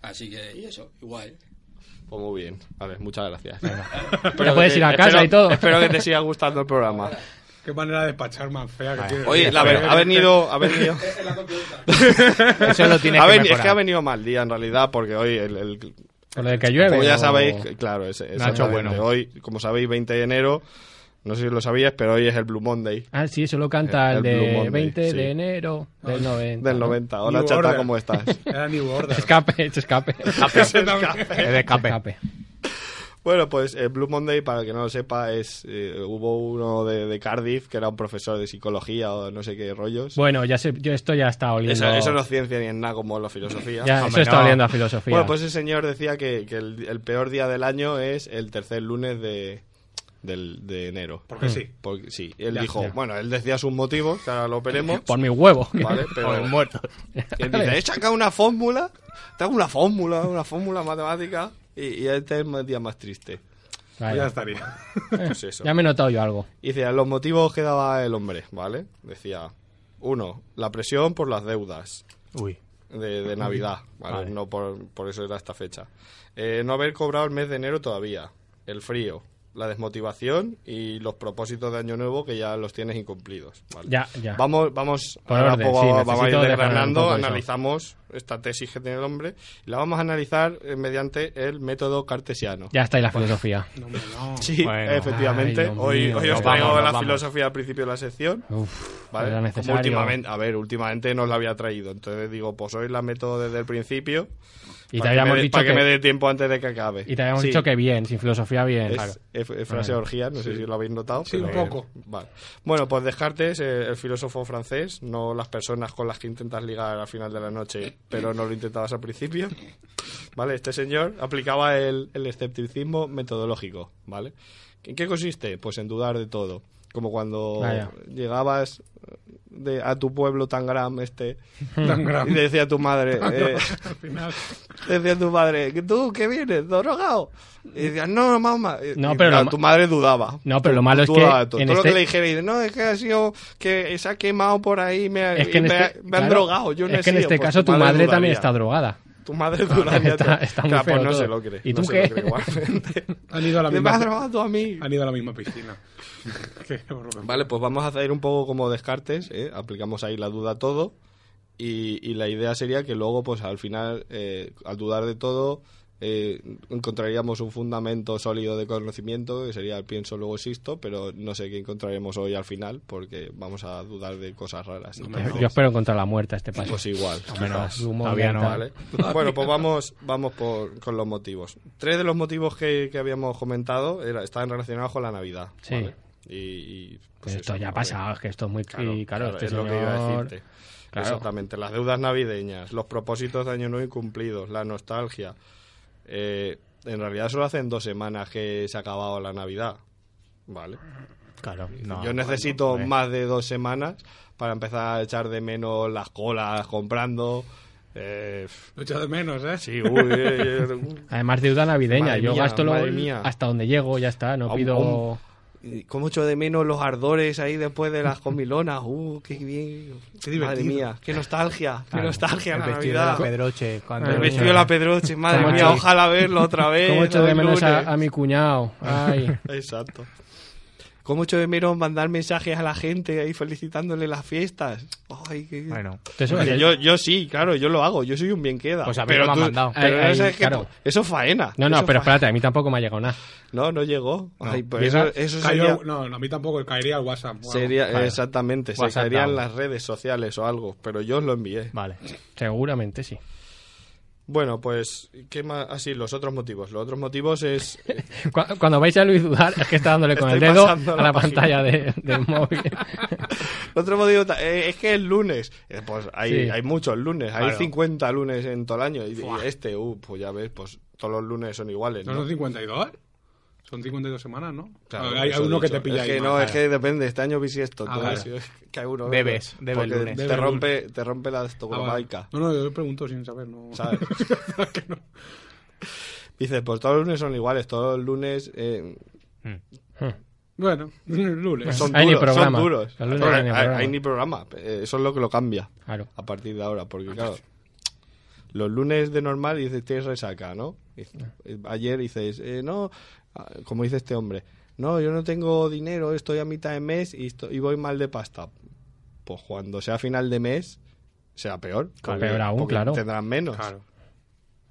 Así que, y eso, igual. Pues muy bien. A ver, muchas gracias. Te puedes que- ir a casa espero- y todo. Espero que te siga gustando el programa. Qué manera de despachar más fea que tiene. Oye, la ver- ha venido. Ha venido. Eso lo tienes ha que veni- es que ha mejorar. venido mal día en realidad, porque hoy, el, el- Por lo de que llueve. como ya o- sabéis, claro, es, es ha hecho exactamente. bueno. Hoy, como sabéis, 20 de enero, no sé si lo sabíais, pero hoy es el Blue Monday Ah, sí, eso lo canta el, El- el Blue de Monday, 20 sí. de enero Ah. del 90. del ¿no? 90. Hola, New chata, Order. ¿cómo estás? Era New Order. Escape, hecho escape. Ese también. Es de escape. Escape. Bueno, pues el Blue Monday, para el que no lo sepa, es eh, hubo uno de, de Cardiff que era un profesor de psicología o no sé qué rollos. Bueno, ya sé, yo esto ya está oliendo. eso, eso no es ciencia ni es nada como la filosofía. Ya, eso Hombre, está no. oliendo a filosofía. Bueno, pues ese señor decía que, que el, el peor día del año es el tercer lunes de, del- de enero. Porque sí. Porque, sí, Mm. él Ya, dijo, ya. bueno, él decía sus motivos, que ahora lo veremos, Por mi huevo. ¿vale? Pero Por muertos. él dice, he sacado una fórmula, tengo una fórmula, una fórmula matemática, y, y este es el día más triste. Eh. Vale. Ya estaría. Pues eso. Ya me he notado yo algo. Y decía, los motivos que daba el hombre, ¿vale? Decía, uno, la presión por las deudas. Uy. de, de Navidad, ¿vale? Vale. No por, por eso era esta fecha. Eh, no haber cobrado el mes de enero todavía, el frío, la desmotivación y los propósitos de Año Nuevo que ya los tienes incumplidos. ¿vale? Ya, ya. Vamos, vamos, Por ahora orden, poco sí, vamos a ir necesito desgranar un desgranando, poco eso. analizamos esta tesis que tiene el hombre y la vamos a analizar eh, mediante el método cartesiano. Ya está ahí la filosofía. No, hombre, no. Sí, Bueno. efectivamente. Ay, Dios hoy mío, hoy nos os traigo vamos, nos la vamos. filosofía al principio de la sección. Uf, ¿Vale? era Como necesario. últimamente, a ver, últimamente no la había traído. Entonces digo, pues hoy la meto desde el principio. Y te para que me habíamos dé- dicho para que, que- me dé tiempo antes de que acabe. Y te habíamos Sí, dicho que bien, sin filosofía bien. Es, claro. es- es frase de orgía, no sé si lo habéis notado. Sí, un pero- poco. Vale. Bueno, pues Descartes, eh, el filósofo francés, no las personas con las que intentas ligar al final de la noche, pero no lo intentabas al principio. Vale, este señor aplicaba el, el escepticismo metodológico, ¿vale? ¿En qué consiste? Pues en dudar de todo. Como cuando Vaya. llegabas de a tu pueblo tan gran este. Tan Y grande. le decía a tu madre, eh, Al final, le decía a tu madre, ¿tú qué vienes? ¿Drogado? Y decía, no, mamá. Y- No, y, pero claro, lo ma- tu madre dudaba. No, pero lo Tu- malo es que dudaba de todo. en Todo lo este- que le dijera, y, no, es que ha sido que se ha quemado por ahí, me, ha- Es que en me ha- este, me han claro, drogado. Yo no he es que en sido. este Pues caso tu madre, también dudaría. está drogada. Tu madre duraría. Está- está muy claro, pues feo no todo. se lo cree. ¿Y no tú se qué? lo cree igualmente. han ido a la Me has misma, drogado tú a mí. han ido a la misma piscina. Qué horror. Vale, pues vamos a hacer un poco como descartes, ¿eh? aplicamos ahí la duda a todo y, y la idea sería que luego, pues al final, eh, al dudar de todo, eh, encontraríamos un fundamento sólido de conocimiento, que sería el pienso, luego existo, pero no sé qué encontraremos hoy al final, porque vamos a dudar de cosas raras. Entonces, Yo espero encontrar la muerte a este paso. pues igual. quizás. Humo todavía no, oriental. Vale. Bueno, pues vamos, vamos por, con los motivos. Tres de los motivos que, que habíamos comentado era, estaban relacionados con la Navidad. Sí. ¿vale? Y, y, pues Pues esto eso, ya ha ¿no? pasado, es que esto es muy... Claro, y claro, claro, este es lo que iba a señor- decirte. Claro. Exactamente, las deudas navideñas, los propósitos de año nuevo incumplidos, la nostalgia. Eh, en realidad solo hacen dos semanas que se ha acabado la Navidad. Vale. Claro, no. Yo necesito hombre. más de dos semanas para empezar a echar de menos las colas comprando. Eh, Lo echo de menos, ¿eh? sí, uy, eh, eh, Además, deuda navideña. Madre Yo mía, gasto lo- madre mía. hasta donde llego, ya está. No Aún- pido... aún- eh, Y ¿Cómo echo de menos los ardores ahí después de las comilonas? ¡Uh, qué bien! Qué madre divertido. mía, qué nostalgia, qué Claro, nostalgia el la vestido Navidad. de la Pedroche. Cuando el vestido de la Pedroche, madre ¿Cómo mía, echo- ojalá verlo otra vez. ¿Cómo echo de el menos lunes. a, a mi cuñado? Ay. Exacto. ¿Cómo echo de menos mandar mensajes a la gente ahí felicitándole las fiestas? Ay, qué... Bueno, Entonces, Porque oye, yo, yo sí, claro, yo lo hago, yo soy un bien queda. Pues a mí pero no me tú- Ah, han mandado. pero Ahí- eso ahí, es que- claro. eso es faena. No, no, eso pero es faena. espérate, a mí tampoco me ha llegado nada. No, no llegó. Ay, pues Llega- eso, eso cayó- sería... No, no, a mí tampoco, caería al WhatsApp. o algo. Sería, exactamente, se WhatsApp caerían down. las redes sociales o algo, pero yo os lo envié. vale. Seguramente sí. Bueno, pues, ¿qué más? Así, los otros motivos. Los otros motivos es. Cu- Cuando vais a Luis dudar, es que está dándole con Estoy el dedo pasando a la la página. pantalla de- del móvil. el otro motivo ta- eh, es que es lunes. Eh, Pues hay, Sí. hay muchos lunes, hay Claro. 50 lunes en todo el año. Y, y este, uh, pues ya ves, pues todos los lunes son iguales. ¿No ¿no? son 52? Son 52 semanas, ¿no? Claro, hay hay eso uno he que dicho. te pilla Es que ahí, no, ¿no? es que depende, este año bisiesto. Ah, tú vale. ves, es que hay uno- Debes, debes porque lunes. Te Debes rompe, te rompe la Ah, vale. estocomaica. No, no, yo le pregunto sin saber, no. ¿Sabes? Que no. Dices, pues todos los lunes son iguales, todos los lunes eh, Bueno, lunes. son Pues Hay ni duros, programa. son duros. Los lunes Pero hay ni programa. hay ni programa, eh, eso es lo que lo cambia. Claro. a partir de ahora, Ah, porque claro, los lunes de normal dices, tienes resaca, ¿no? Y- eh, Ah. Ayer dices, eh, no, ah, como dice este hombre, no, yo no tengo dinero, estoy a mitad de mes y, esto- y voy mal de pasta. Pues cuando sea final de mes, será peor. Claro. Peor aún, claro. Tendrás menos.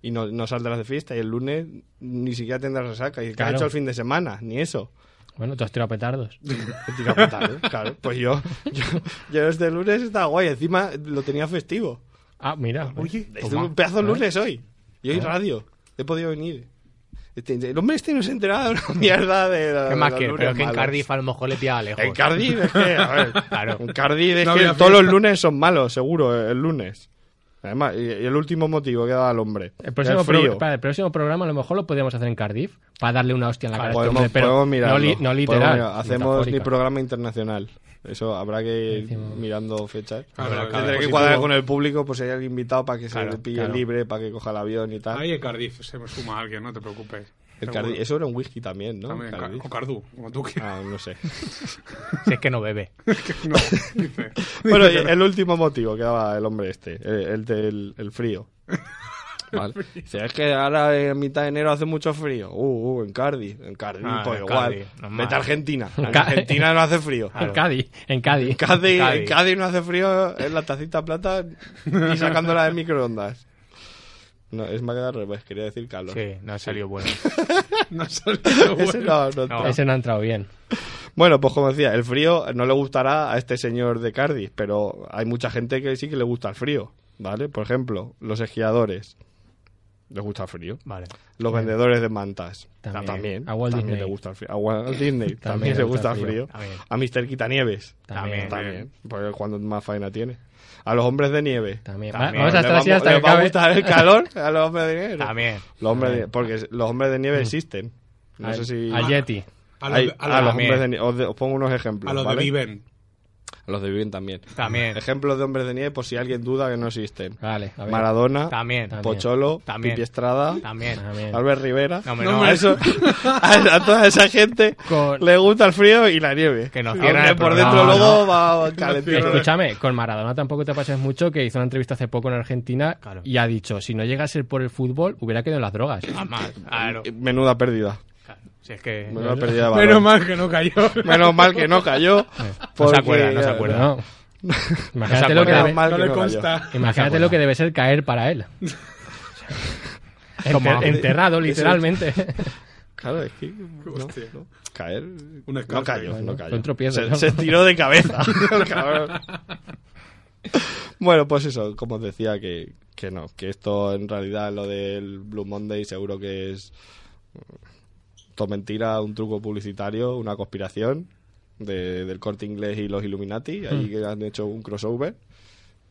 Y no, no saldrás de fiesta y el lunes ni siquiera tendrás resaca. Y ¿qué Claro. has hecho el fin de semana? Ni eso. Bueno, tú has tirado petardos. He tirado petardo, claro. Pues yo, yo, yo este lunes estaba guay. Encima lo tenía festivo. Ah, mira. Oye, pues, es toma. un pedazo de ¿Eh? lunes hoy. Y hoy radio. He podido venir. Este, el hombre este no se ha enterado de una mierda de la. ¿Qué más de los quiere? lunes Pero que en malos. Cardiff a lo mejor le pilla lejos. En Cardiff es que. A ver, Claro. En Cardiff es No que había todos los fiesta. lunes son malos, seguro, eh, el lunes. Además, y y el último motivo que daba el hombre. El próximo, el frío. pro- para el próximo programa a lo lo podríamos hacer en Cardiff para darle una hostia en la cara a este Podemos, hombre, pero podemos mirarlo. no, li- no Podemos literal. mirar- Hacemos ni metafórica. programa internacional. Eso habrá que ir mirando fechas. Claro, Habrá claro, que positivo. cuadrar con el público, pues si hay alguien invitado para que se Claro, pille claro. libre, para que coja el avión y tal. Ahí en Cardiff se me suma alguien, no te preocupes. El Seguro. Cardi- Eso era un whisky también, ¿no? También, Cardi. o Cardu, como tú quieras. Ah, no sé. Si es que no bebe. No, dice. bueno, y el último motivo que daba el hombre este, eh, el del el frío. Vale. Dice, es que ahora en mitad de enero hace mucho frío. Uh, uh en Cardi. En Cardi, Ah, pues en igual. Cardi, normal. Vete a Argentina. En Ca- Argentina no hace frío. En Cádiz, en Cádiz. En Cádiz, Cádiz. en Cádiz no hace frío en la tacita plata y sacándola de microondas. No, es más que al revés, quería decir calor. Sí, no ha salido bueno. No salió Ese bueno. no, no No. entra. Ese no ha entrado bien. Bueno, pues como decía, el frío no le gustará a este señor de Cardiff, pero hay mucha gente que sí que le gusta el frío, ¿vale? Por ejemplo, los esquiadores les gusta el frío. Vale. Los vendedores de mantas También. también, A Walt también Disney. le gusta el frío. A Walt Disney también, le gusta el frío. También. A Mr. Quitanieves También. También. también, porque cuando más faena tiene. A los hombres de nieve. También. También. Vamos a ¿Le estar así vamos- hasta le que va a acabe. gustar el calor a los hombres de nieve? También. Los hombres de- porque los hombres de nieve existen. No Mm. Al- sé si... Al Yeti. A Hay- los, a a los- los hombres de nieve. Os, de- os pongo unos ejemplos. a los de ah, ¿vale? Viven. a los de Viven también. También. Ejemplos de hombres de nieve, por si alguien duda que no existen. Vale, a ver. Maradona, También. Pocholo, También. Pipi Estrada, También. También. Albert Rivera. No, hombre, no. A, eso- a- a toda esa gente Con- le gusta el frío y la nieve. Que nos Aunque cierran el por programa, dentro ¿no? luego va calentito. Escúchame, con Maradona tampoco te pases mucho que hizo una entrevista hace poco en Argentina Claro. y ha dicho, si no llega a ser por el fútbol, hubiera quedado en las drogas. Ah, mal, claro. Menuda pérdida. claro. Si es que. Menuda pérdida de valor. Menos mal que no cayó. Menos mal que no cayó. porque- acuerda, no se acuerda. No. Imagínate, lo que, Menos debe, mal No que le no cayó. consta. imagínate lo que debe ser caer para él. Enter- Como- enterrado, literalmente. Claro, es que. no, no. Caer. Un no escarpe. cayó, no cayó. Fue un tropiezo, se, ¿no? se tiró de cabeza. el cabrón. bueno, pues eso, como os decía, que, que no. Que esto en realidad, lo del Blue Monday, seguro que es. mm, Todo mentira, un truco publicitario, una conspiración de- del corte inglés y los Illuminati. Ahí Hmm. que han hecho un crossover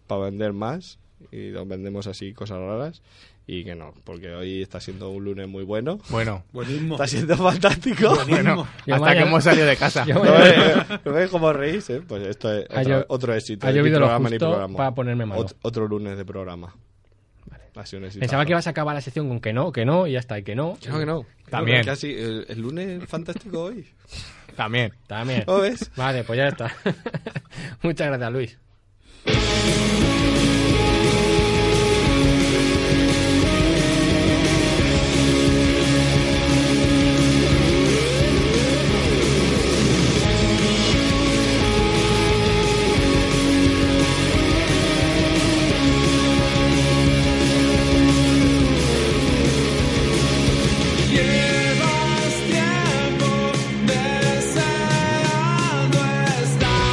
para vender más y nos vendemos así cosas raras. Y que no, porque hoy está siendo un lunes muy bueno. Bueno. Buenismo. Está siendo fantástico. Bueno, Yo hasta mañana- que hemos salido de casa. Yo ¿No mañana- ves, ¿No ves cómo reís? eh? Pues esto es Ha otra- llo- otro éxito. ha Ni llovido lo programa ni justo programa. para ponerme malo. Ot- otro lunes de programa. Ha sido un éxito. Pensaba que ibas a acabar la sección con que no, que no, y ya está, y que no. No, que no. También. No, que casi, el, el lunes fantástico hoy. También. También. ¿Lo ves? Vale, pues ya está. Muchas gracias, Luis. Llevas tiempo deseando estar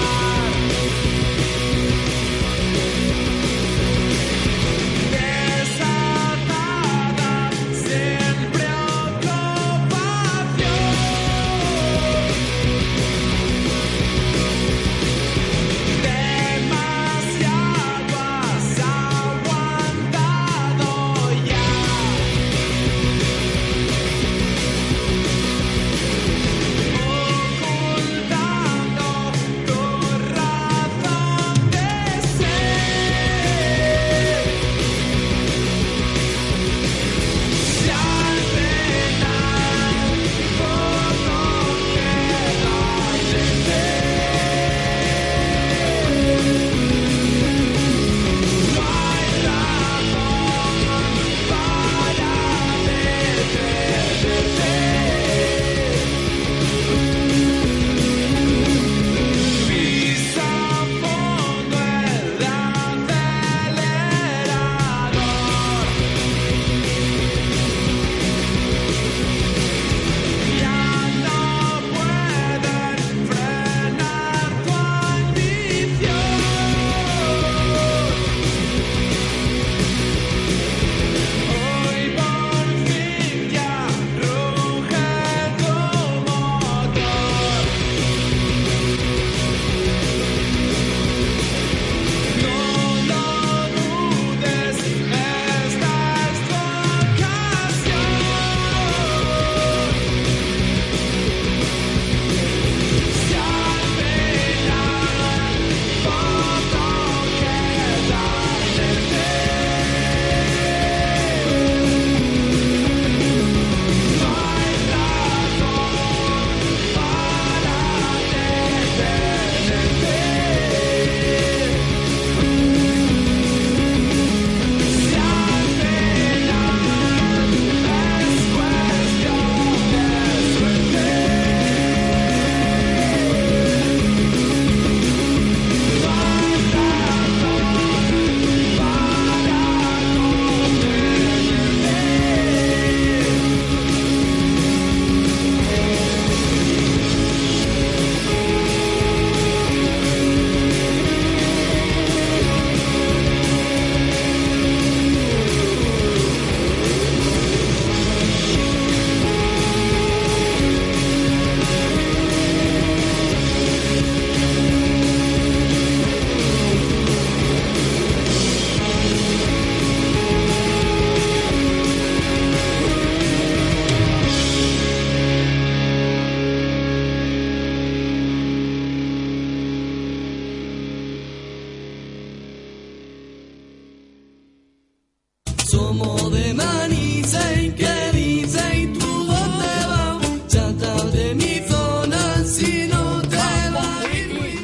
Somos de Manice y que dice y tú dónde vas. Chata de mi zona si no te vas.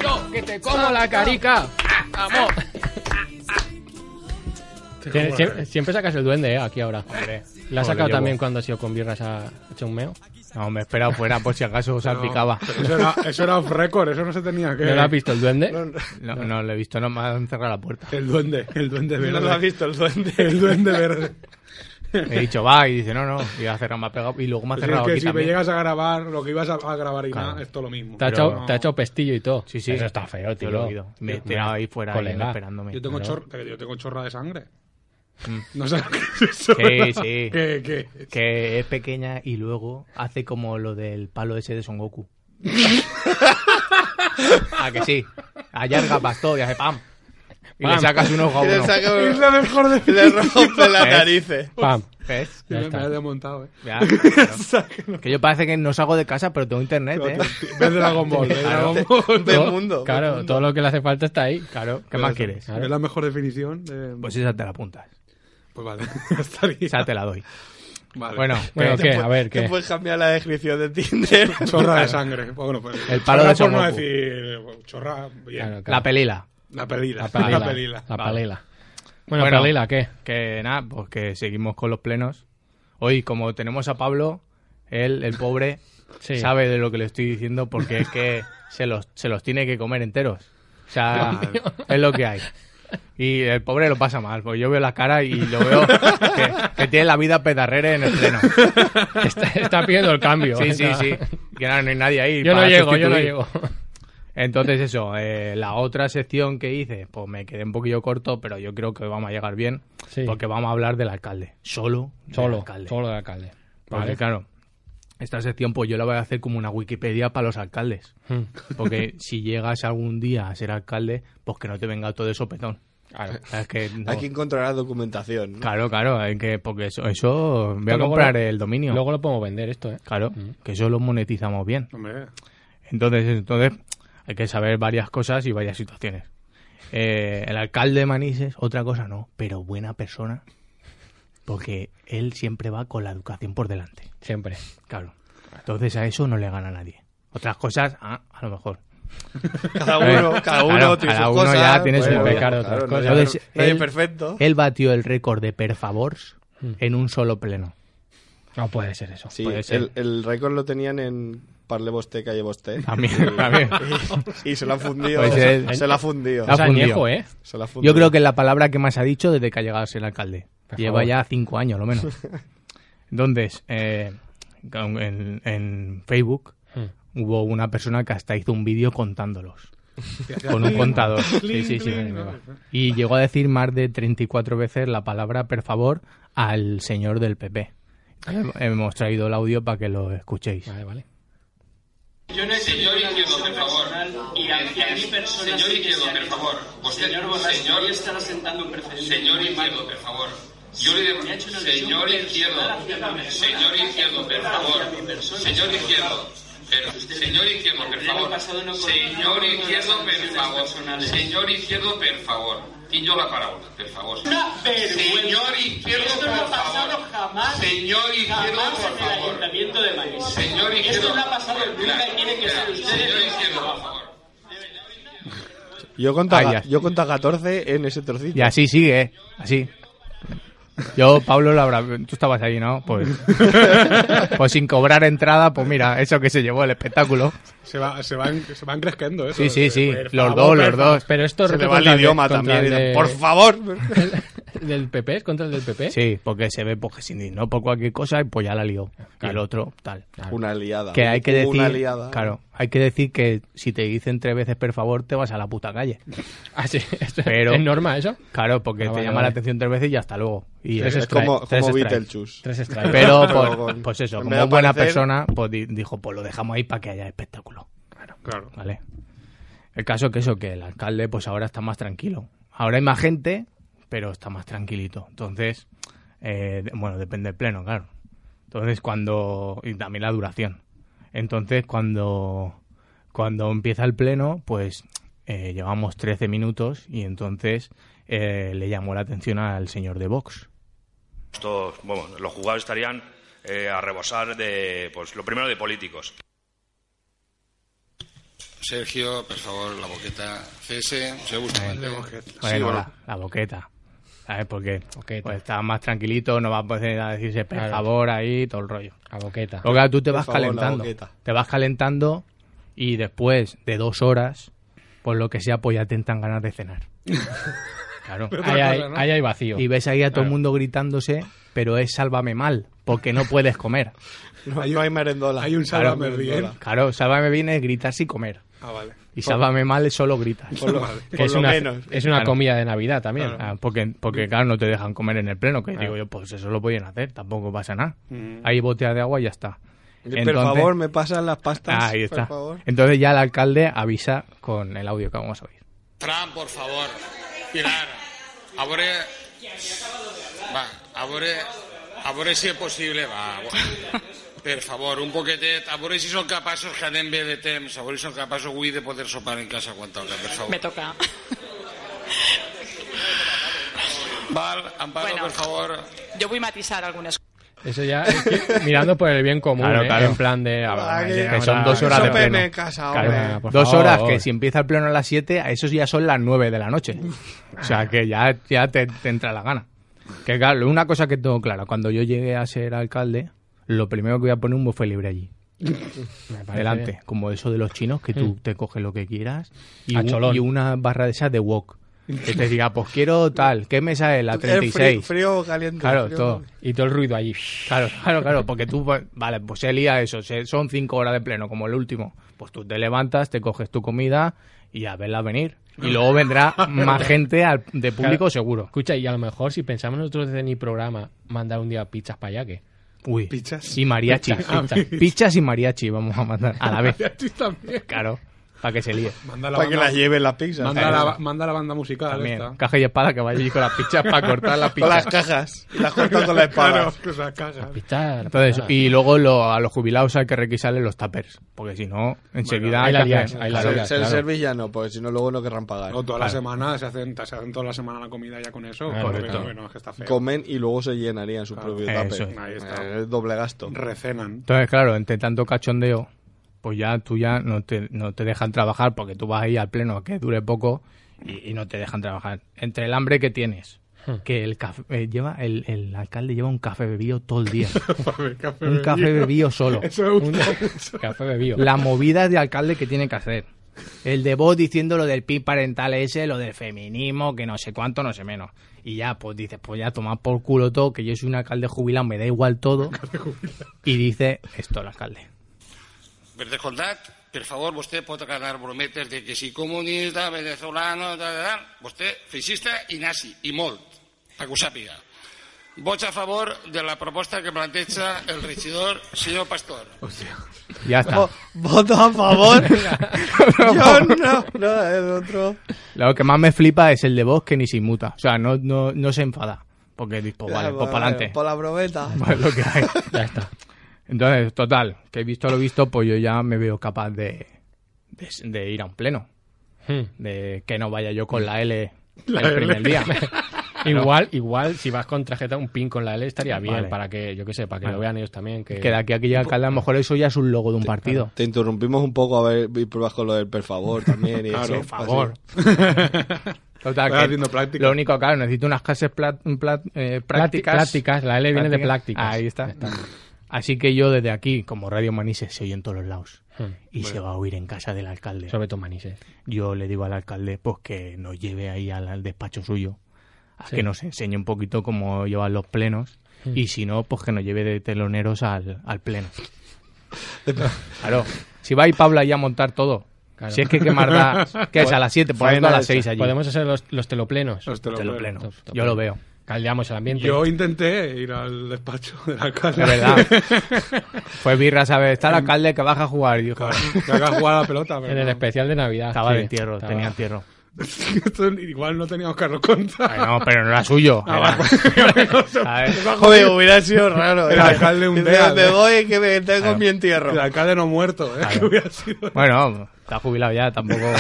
Yo, que te como la carica. Vamos. Siempre, sacas el duende, ¿eh? Aquí ahora. La has Joder, sacado llevo. también cuando has ido con birras a hecho un meo. No, me espera fuera por si acaso salpicaba. Eso era, eso era off record, eso no se tenía que. ¿No lo has visto el duende? Eh, No, no, lo he visto, no me han cerrado la puerta. El duende, el duende verde. No lo has visto, el duende. El duende verde. He dicho, va, y dice, no, no, y ha cerrado, me ha pegado, y luego me ha Si Pues es cerrado que aquí si me también. llegas a grabar lo que ibas a, a grabar y Claro. nada, es todo lo mismo. Te ha, Pero echado, no. te ha echado pestillo y todo. Sí, sí. Eso está feo, Yo tío. lo he oído. Me he tirado ahí fuera, ahí Colega. esperándome. Yo tengo, Claro. chorra, yo tengo chorra de sangre. No sé lo que es eso. Sí, ¿verdad? sí. ¿Qué, qué? Que es pequeña y luego hace como lo del palo ese de Son Goku. ¿A que sí? Allarga bastó y hace pam. Y le Pam. sacas un ojo a Y le uno. saca un- Es la mejor y definición. le rompe las narices. Pam. ¿Ves? Ya Me está. la he desmontado, eh. Ya, claro. Que yo parece que no salgo de casa, pero tengo internet, ¿eh? Ves Dragon Ball, ves Claro. Dragon Ball. Del Todo- mundo. Claro, todo lo que le hace falta está ahí. Claro. ¿Qué más quieres? Claro. Es la mejor definición. de- Pues, Pues esa te la apuntas. vale, ya estaría. Esa te la doy. Vale. Bueno, Bueno, que- ¿qué? A ver, Te ¿qué? puedes cambiar la descripción de Tinder. Chorra de sangre. Bueno, pues, El palo chorra de por no Son Goku. decir bueno, chorra, bien. Claro, claro. la pelila. La pelila. La palila. La pelila. La Vale. palila. Bueno, Bueno. palila, ¿qué? Que nada, pues que seguimos con los plenos. Hoy, como tenemos a Pablo, él, el pobre, Sí. sabe de lo que le estoy diciendo porque es que se los, se los tiene que comer enteros. O sea, es lo que hay. Y el pobre lo pasa mal, porque yo veo la cara y lo veo que, que tiene la vida pedarrera en el pleno. Está, está pidiendo el cambio. Sí, o sí, sea, sí. Que nada, no hay nadie ahí. Yo no para llego, yo no sustituir. llego. Entonces eso, eh, la otra sección que hice, pues me quedé un poquillo corto, pero yo creo que vamos a llegar bien, Sí. porque vamos a hablar del alcalde. Solo, del Solo, alcalde. solo del alcalde. Porque, Vale. claro, esta sección pues yo la voy a hacer como una Wikipedia para los alcaldes. Hmm. Porque si llegas algún día a ser alcalde, pues que no te venga todo de sopetón. Claro. Es que no- Aquí encontrarás documentación. ¿no? Claro, claro, es que porque eso, eso voy a Luego comprar lo- el dominio. Luego lo podemos vender esto, ¿eh? Claro, que eso lo monetizamos bien. Hombre, Entonces, entonces hay que saber varias cosas y varias situaciones. Eh, el alcalde de Manises, otra cosa no, pero buena persona, porque él siempre va con la educación por delante. Siempre. Claro. Entonces a eso no le gana nadie. Otras cosas, ah, a lo mejor. Cada uno, cada uno Claro, tiene cada sus uno cosas. ya tiene su bueno, pecado, otras claro, cosas. nadie- Entonces, nadie él- perfecto. Él batió el récord de per favor en un solo pleno. Mm. No puede ser eso. Sí, puede el, ser. el récord lo tenían en Parle Bosté, Calle Bosté. También, también. Y, y se lo ha fundido. Ah. Pues él- se lo ha fundido. La Es fundió. añejo, ¿eh? Se la ha fundido. Yo creo que es la palabra que más ha dicho desde que ha llegado a ser alcalde. Por Lleva favor. ya cinco años, lo menos. Entonces, eh, con- en, en Facebook hubo una persona que hasta hizo un vídeo contándolos. Con un contador. Sí, sí, sí. Y llegó a decir más de 34 veces la palabra, por favor, al señor del PP. Hemos traído el audio para que lo escuchéis. Vale, vale. Señor Izquierdo, por favor. Señor Izquierdo, por favor. Usted, señor señor, estará sentando un precedente. Señor Izquierdo, por favor. Yo le demuestro. Señor Izquierdo, señor Izquierdo, por favor. Señor Izquierdo. per- Señor Izquierdo, por favor. Señor Izquierdo, por favor. Señor Izquierdo, por favor. Y yo la parábola, por favor. Señor Izquierdo, por favor. Señor Izquierdo, por favor. Señor Izquierdo. Esto no ha pasado nunca y tiene que ser ustedes. Señor Izquierdo, por favor. Yo contaba, Ah, ya. yo contaba 14 en ese trocito. Y así sigue, ¿eh? Así. Yo, Pablo, lo habrá... tú estabas ahí, ¿no? Pues, pues sin cobrar entrada, pues mira, eso que se llevó el espectáculo. se, va, se, van, se van ¿eh? creciendo, eso. Sí, sí, sí. Por Los favor, dos, los por dos. Pero esto Se reto me va el contra idioma contra también. y el dice, de- Por favor. ¿Del PP? ¿Es contra el del PP? Sí, porque se ve, porque si no por cualquier cosa, pues ya la lió. Y el otro, tal. Una liada. Que hay que decir, Una liada. claro, hay que decir que si te dicen tres veces por favor, te vas a la puta calle. Ah, sí. esto- Pero- ¿Es norma eso? Claro, porque Ah, te vale, llama la vale. atención tres veces y hasta luego. Y Tres Es eso. eh. strikes, como, tres como strikes. Beetlejuice. Tres strikes. Pero, Pero por- con- pues eso, en como vez de buena aparecer- persona, pues di- dijo, pues lo dejamos ahí para que haya espectáculo. Claro. ¿vale? El caso que eso, que el alcalde pues ahora está más tranquilo. Ahora hay más gente, pero está más tranquilito. Entonces, eh, de- bueno, depende del pleno, claro. Entonces, cuando... Y también la duración. Entonces, cuando, cuando empieza el pleno, pues eh, llevamos 13 minutos y entonces eh, le llamó la atención al señor de Vox. Estos, bueno, los juzgados estarían eh, a rebosar de, pues lo primero de políticos. Sergio, por favor, la boqueta CS. Se gusta Bueno, Sí, bueno, la, la boqueta. ¿Sabes por qué? Pues está más tranquilito, no va a poder a decirse por Claro. favor ahí, todo el rollo. A boqueta. Porque claro, tú te Por vas favor, la calentando. boqueta. Te vas calentando y después de dos horas, por lo que sea, pues ya te entran ganas de cenar. Claro. Ahí hay- ahí hay vacío. Y ves ahí a todo el Claro. mundo gritándose, pero es sálvame mal, porque no puedes comer. No hay, no hay merendola. Hay un Claro, Claro, sálvame bien es gritar y comer. Ah, vale. Y sálvame mal es solo gritas. Por lo- Que por lo una, menos. es una Claro. comida de Navidad también. Claro. Ah, porque, porque, claro, no te dejan comer en el pleno. Que Claro. digo yo, pues eso lo pueden hacer, tampoco pasa nada. Mm. Ahí botea de agua y ya está. por Entonces- ah, favor, me pasan las pastas. Ahí por está. favor. Entonces ya el alcalde avisa con el audio que vamos a oír. Trump, por favor. Pilar, abre. Va, abre. Abre si es posible, va. va. Per favor, un poquetet. A veure si són capaços que anem bé de temps. A veure si són capaços avui de poder sopar en casa quan toca, per favor. Me toca. Val, Amparo, Bueno. per favor. Yo voy a matizar algunas Eso ya es que- mirando por el bien común, Claro, ¿eh? claro. en plan de... ah, Ah, que- ya que son habrá- dos horas de Sópeme pleno. en casa, Claro, hombre. por dos horas favor. que si empieza el pleno a las 7, a esos ya son las 9 de la noche. O sea que ya, ya te, te entra la gana. Que claro, una cosa que tengo clara, cuando yo llegué a ser alcalde, lo primero que voy a poner un buffet libre allí. Me parece Adelante, bien. como eso de los chinos, que tú te coges lo que quieras y, A un- cholón. y una barra de esas de wok. Que te diga, pues quiero tal, ¿qué mesa es? La ¿Tú quieres 36. frío- frío o caliente? Claro, Frío o todo. caliente. Y todo el ruido allí. Claro, claro, claro, porque tú, pues, vale, pues se lía eso, se- son cinco horas de pleno, como el último. Pues tú te levantas, te coges tu comida y a verla venir. Y luego vendrá más gente al- de público Claro. seguro. Escucha, y a lo mejor si pensamos nosotros desde mi programa mandar un día pizzas para allá, que Uy, y mariachi. Pichas, Ah, Pichas, pichas. Pichas y mariachi vamos a mandar a la vez. también. Claro, para que se líe. Manda la Para que banda- las lleven las pizzas. Manda, la, manda la banda musical. También, esta. caja y espada que vaya allí con las pichas para cortar las pichas. Con las cajas. Y las cortan con la espada. Claro, con las cajas. pizzas... Entonces, y luego lo- a los jubilados hay que requisarles los tapers, porque si no, enseguida ahí la hay que lías, hacer- ahí la claro, lías, Ser claro. sevillano, porque si no, luego no querrán pagar. O toda la Claro. semana se hacen, se hacen toda la semana la comida ya con eso. Ah, porque, correcto. bueno, es que está feo. Comen y luego se llenarían su Claro. propio Eso tape. es. Ahí está. Eh, Es doble gasto. Recenan. Entonces, claro, entre tanto cachondeo, pues ya tú ya no te, no te dejan trabajar porque tú vas ahí al pleno a que dure poco y, y no te dejan trabajar. Entre el hambre que tienes, que el café eh, lleva, el, el alcalde lleva un café bebido todo el día. un café bebido solo. Eso me gusta. Café bebido. La movida de alcalde que tiene que hacer. El de vos diciendo lo del PIB parental ese, lo del feminismo, que no sé cuánto, no sé menos. Y ya, pues dices, pues ya tomad por culo todo, que yo soy un alcalde jubilado, me da igual todo. Y dice esto el alcalde. Per descomptat, per favor, vostè pot ganar brometes de que si comunista, venezolano, tal, tal, tal. Vostè feixista i nazi, i molt, perquè ho sàpiga. Vots a favor de la proposta que planteja el regidor, senyor Pastor. Ya está. Vo- Voto a favor. Yo no. No, el otro. Lo que más me flipa es el de vos que ni se inmuta. O sea, no, no, no se enfada. Porque dices, pues vale, Ah, pues para adelante. Por la probeta. Pues lo que hay. Ya está. Entonces, total, que he visto lo visto, pues yo ya me veo capaz de, de, de ir a un pleno. Hmm. De que no vaya yo con la L el La L. primer día. Igual, igual, si vas con tarjeta, un pin con la L estaría bien Vale. para que, yo qué sé, para que Vale. lo vean ellos también. Que, que de aquí a que llegue alcalde, a lo mejor eso ya es un logo de un partido. Te interrumpimos un poco a ver y pruebas con lo del per favor también. Y eso, Por favor. Total, Estás que haciendo práctica. lo único, claro, necesito unas clases plat- plat- eh, prácticas. Prácticas, la L viene de Prácticas. prácticas. Ahí está. Así que yo desde aquí, como Radio Manises, se oye en todos los lados. Hmm. Y se va a oír en casa del alcalde. Sobre todo manises. Yo le digo al alcalde pues que nos lleve ahí al, al despacho suyo, a Sí. que nos enseñe un poquito cómo llevan los plenos. Y si no, pues que nos lleve de teloneros al, al pleno. claro. Si va y Pablo ahí a montar todo. Claro. Si es que qué más da, que es a las 7, por ejemplo a las 6 allí. Podemos hacer los, los teloplenos. Los teloperos. Telopleno. Top, top. Yo lo veo. Caldeamos el ambiente. Yo intenté ir al despacho del alcalde. De verdad. Fue birra, ¿sabes? Mm. Está el alcalde que baja a jugar. Y dijo, Claro, que haga jugar a la pelota. pero en el no. especial de Navidad. estaba sí. de entierro, Estaba- tenía entierro. Esto Igual no teníamos Carlos Conta. Ay, no, pero no era suyo. Ah, Era, ¿sabes? Joder, hubiera sido raro. ¿eh? El alcalde un día, Me ¿no? voy que me tengo Claro. en mi entierro. El alcalde no muerto, ¿eh? Que hubiera sido. Bueno, Está jubilado ya, tampoco.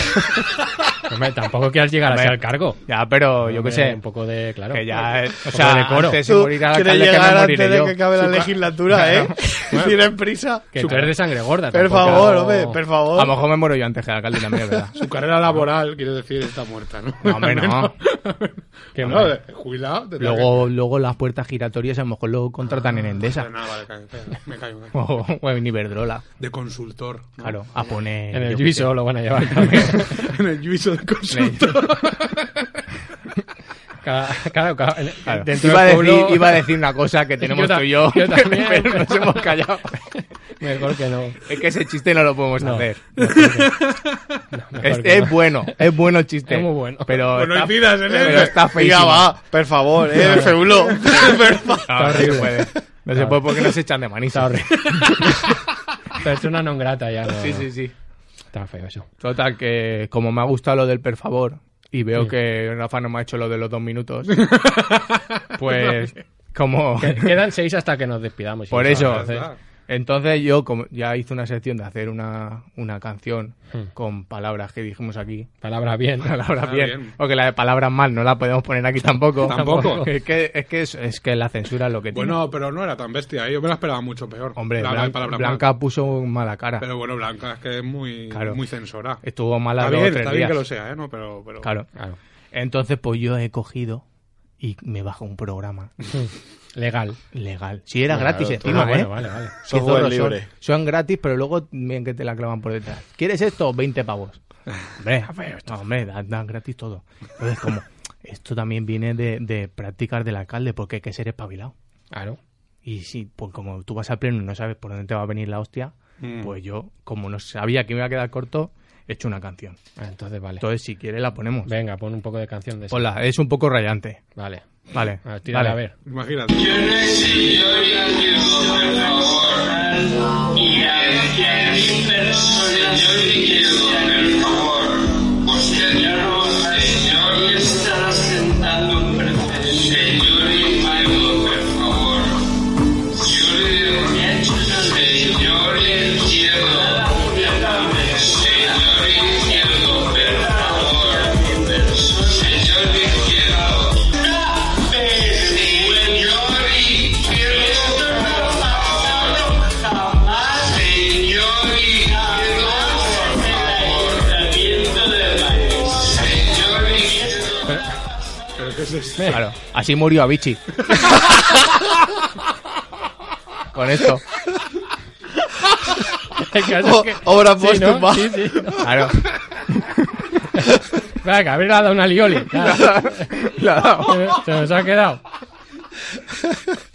Hombre, tampoco quieras llegar así Hombre, al cargo. Ya, pero yo qué Hombre, sé. Un poco de, claro. Que ya, un o poco sea, de decoro. antes de Tú morir al quieres alcalde que llegar me antes moriré de yo. que acabe la Su- legislatura, ¿eh? Tienes prisa. Que tú eres de sangre gorda. Per tampoco- favor, hombre, per A lo favor. mejor me muero yo antes que el alcalde también, es ¿verdad? Su carrera laboral, quiero decir, está muerta, ¿no? No, hombre, no. Que No, hombre, de- jubilado. de- Luego, luego las puertas giratorias a lo mejor lo contratan en Endesa. Nada, vale, cae, cae, me caigo. me caigo. O, o en Iberdrola. De consultor. ¿no? Claro, a poner. En el yo qué juicio lo van a llevar también. en el juicio de consultor. Cada- claro, cada- en- sé. Claro. dentro Iba, a del decir, pueblo- iba a decir una cosa que tenemos ta- tú y yo. yo también, pero nos hemos callado. Mejor que no. Es que ese chiste no lo podemos No, hacer. Mejor Es, que es no. bueno, es bueno el chiste. Es muy bueno. Pues Pero Bueno, está, y tiras en él. pero está feísimo. Venga, va, per favor, eh, feulo. Per favor. Ah, No, no se puede. No se puede porque nos echan de Está manisa. horrible. Persona no grata ya. no- Sí, sí, sí. Está feo eso. Total, que como me ha gustado lo del per favor y veo que Rafa no me ha hecho lo de los dos minutos, pues como... Que- Quedan seis hasta que nos despidamos. Por Y eso. entonces- Entonces yo como ya hice una sección de hacer una, una canción con palabras que dijimos aquí. Palabra bien. Palabras Hmm. Ah, bien. bien. O que la de palabras mal no la podemos poner aquí tampoco. Tampoco. Es que, es que, es, es que la censura es lo que Bueno, pero no era tan bestia. ¿eh? Yo me la esperaba mucho peor. tiene. Hombre, La- la Blan- palabra Blanca puso mala cara. mal. Pero bueno, Blanca es que es muy, Claro. muy censora. Estuvo mala Está dos o bien, tres está bien días. que lo sea, ¿eh? No, pero, pero... Claro. Claro. Entonces, pues yo he cogido y me bajo un programa Legal. legal. Si era Claro, gratis tú- encima, Ah, bueno, ¿eh? vale, vale. Qué Software zorros son. libre. Son, gratis, pero luego bien que te la clavan por detrás. ¿Quieres esto? 20 pavos. Hombre, a ver, esto, hombre, dan, dan gratis todo. Entonces, como esto también viene de, de prácticas del alcalde, porque hay que ser espabilado. Claro. Y sí, pues como tú vas al pleno y no sabes por dónde te va a venir la hostia, Mm. pues yo, como no sabía que me iba a quedar corto, he hecho una canción. Ah, entonces vale. Entonces, si quieres, la ponemos. Venga, pon un poco de canción de esa. Hola, es un poco rayante. Vale. Vale. A ver, tírala, vale. a ver. Imagínate. Claro. Así murió Avicii. Con esto. El caso es O- que- Obra Sí, ¿no? póstuma. Sí, sí. Claro. Venga, haberle dado una lioli. Claro. La ha dado. Se- Se nos ha quedado.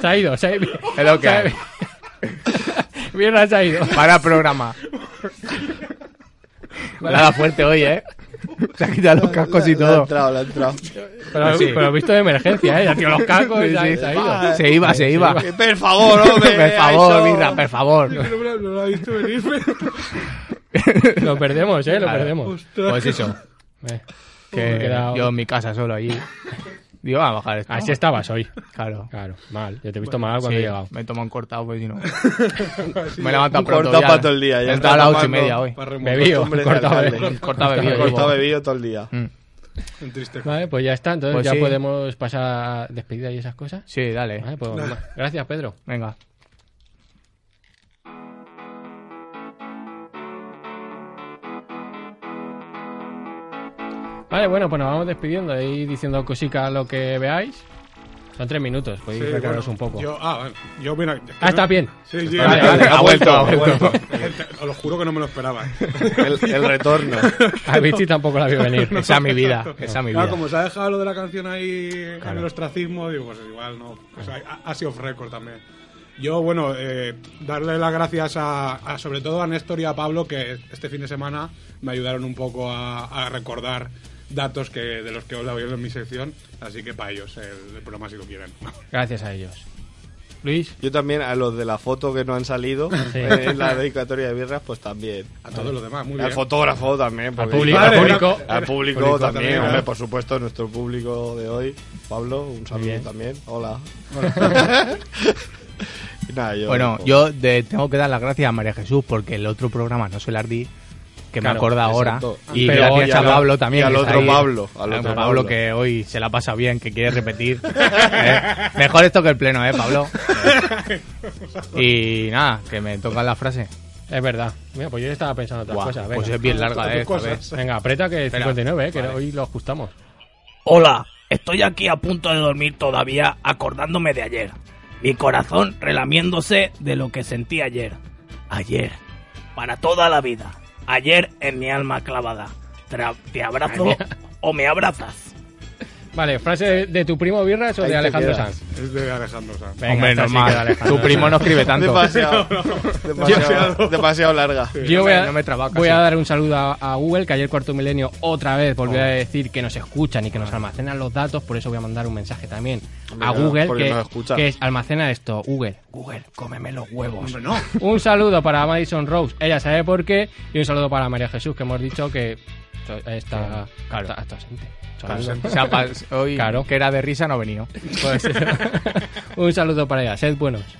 Se ha ido, se ha ido. Es lo que hay. Mierda, se ha ido. Para programa. Nada fuerte hoy, ¿eh? Se ha quitado los cascos y Le ha todo. entrado, le ha entrado. Pero, Sí. pero visto de emergencia, ¿eh? Ya tío los cascos y se, ha- se ha ido. Se iba, se iba. Que Per favor, hombre. Por favor, eso. mira, por favor. No me la- no la he visto venir, pero- Lo perdemos, ¿eh? Lo Claro. perdemos. Pues eso. Eh, me he Que quedado- yo en mi casa solo allí. Digo, vamos a bajar esto. Así estabas hoy. Claro. Claro, mal. Yo te he visto mal cuando Sí, he llegado. Me he tomado un cortado, pues si no. me he levantado un pronto. cortado ya. para todo el día, ya. He entrado a las ocho y Tomando media hoy. para remontar. Bebido, hombre, cortado, alcalde. bebido. Cortado Me he bebido. cortado digo. bebido todo el día. Un triste. Vale, pues ya está. Entonces Pues ya sí. podemos pasar a despedida y esas cosas. Sí, dale. Vale, pues, gracias, Pedro. Venga. Vale, bueno, pues nos vamos despidiendo y diciendo cositas lo que veáis. Son tres minutos, podéis Sí, recargaros bueno, un poco. Yo, ah, vale. yo, mira, es que Ah, está bien. Sí, sí, Vale, sí. vale, Ha vuelto, ha vuelto. Os lo juro que no me lo esperaba. eh. El, el retorno. A Vichy tampoco la vio venir. Esa es mi vida. Esa es mi Claro, vida. como se ha dejado lo de la canción ahí en el ostracismo, digo, pues igual no. O sea, ha- ha sido off record también. Yo, bueno, eh, darle las gracias a, a- sobre todo a Néstor y a Pablo, que este fin de semana me ayudaron un poco a, a recordar datos que de los que os había en mi sección. Así que para ellos, el, el programa si lo quieren. Gracias a ellos. Luis, Yo también a los de la foto que no han salido eh, en la dedicatoria de birras, pues también. A todos los demás, muy bien. Al fotógrafo también. porque- público, al Vale, público. al- al público Público también. también, hombre, claro. por supuesto, nuestro público de hoy. Pablo, un saludo bien. también. Hola. Y nada, yo- Bueno, yo de- tengo que dar las gracias a María Jesús porque el otro programa no se las di que Claro, me acuerda ahora. exacto. Y Pero- gracias y a al- Pablo también. y al que está otro ahí. Pablo, al Claro, otro Pablo Pablo. que hoy se la pasa bien, que quiere repetir. Eh, Mejor esto que el pleno, ¿eh, Pablo? Eh, Y nada, que me toca la frase. Es verdad. Mira, pues yo estaba pensando en otras Guau, cosas. pues venga. Ah, es bien larga, eh, esta vez. Venga, aprieta que Espera. 59, eh, que Vale. hoy lo ajustamos. Hola, estoy aquí a punto de dormir todavía acordándome de ayer. Mi corazón relamiéndose de lo que sentí ayer. Ayer, para toda la vida. Ayer en mi alma clavada. Tra- ¿Te abrazo o me abrazas? Vale, frase de, de tu primo Birras o de Alejandro Sanz. Es de Alejandro Sanz. Venga, Hombre, esta sí normal. que de Alejandro Tu primo Sanz. no escribe tanto. Demasiado, demasiado, demasiado larga. Yo voy a, no me traba casi. voy a dar un saludo a, a Google, que ayer Cuarto Milenio otra vez Oh. volvió a decir que nos escuchan y que nos almacenan los datos, por eso voy a mandar un mensaje también a Mira, Google, porque que, nos escuchan. que es almacena esto, Google. Google, cómeme los huevos. Hombre, no. Un saludo para Madison Rose, ella sabe por qué, y un saludo para María Jesús, que hemos dicho que so- está, Claro. está- está ausente. Claro, Saludo. o sea, pa- hoy Claro. que era de risa no ha venido. Pues, un saludo para ella, sed buenos.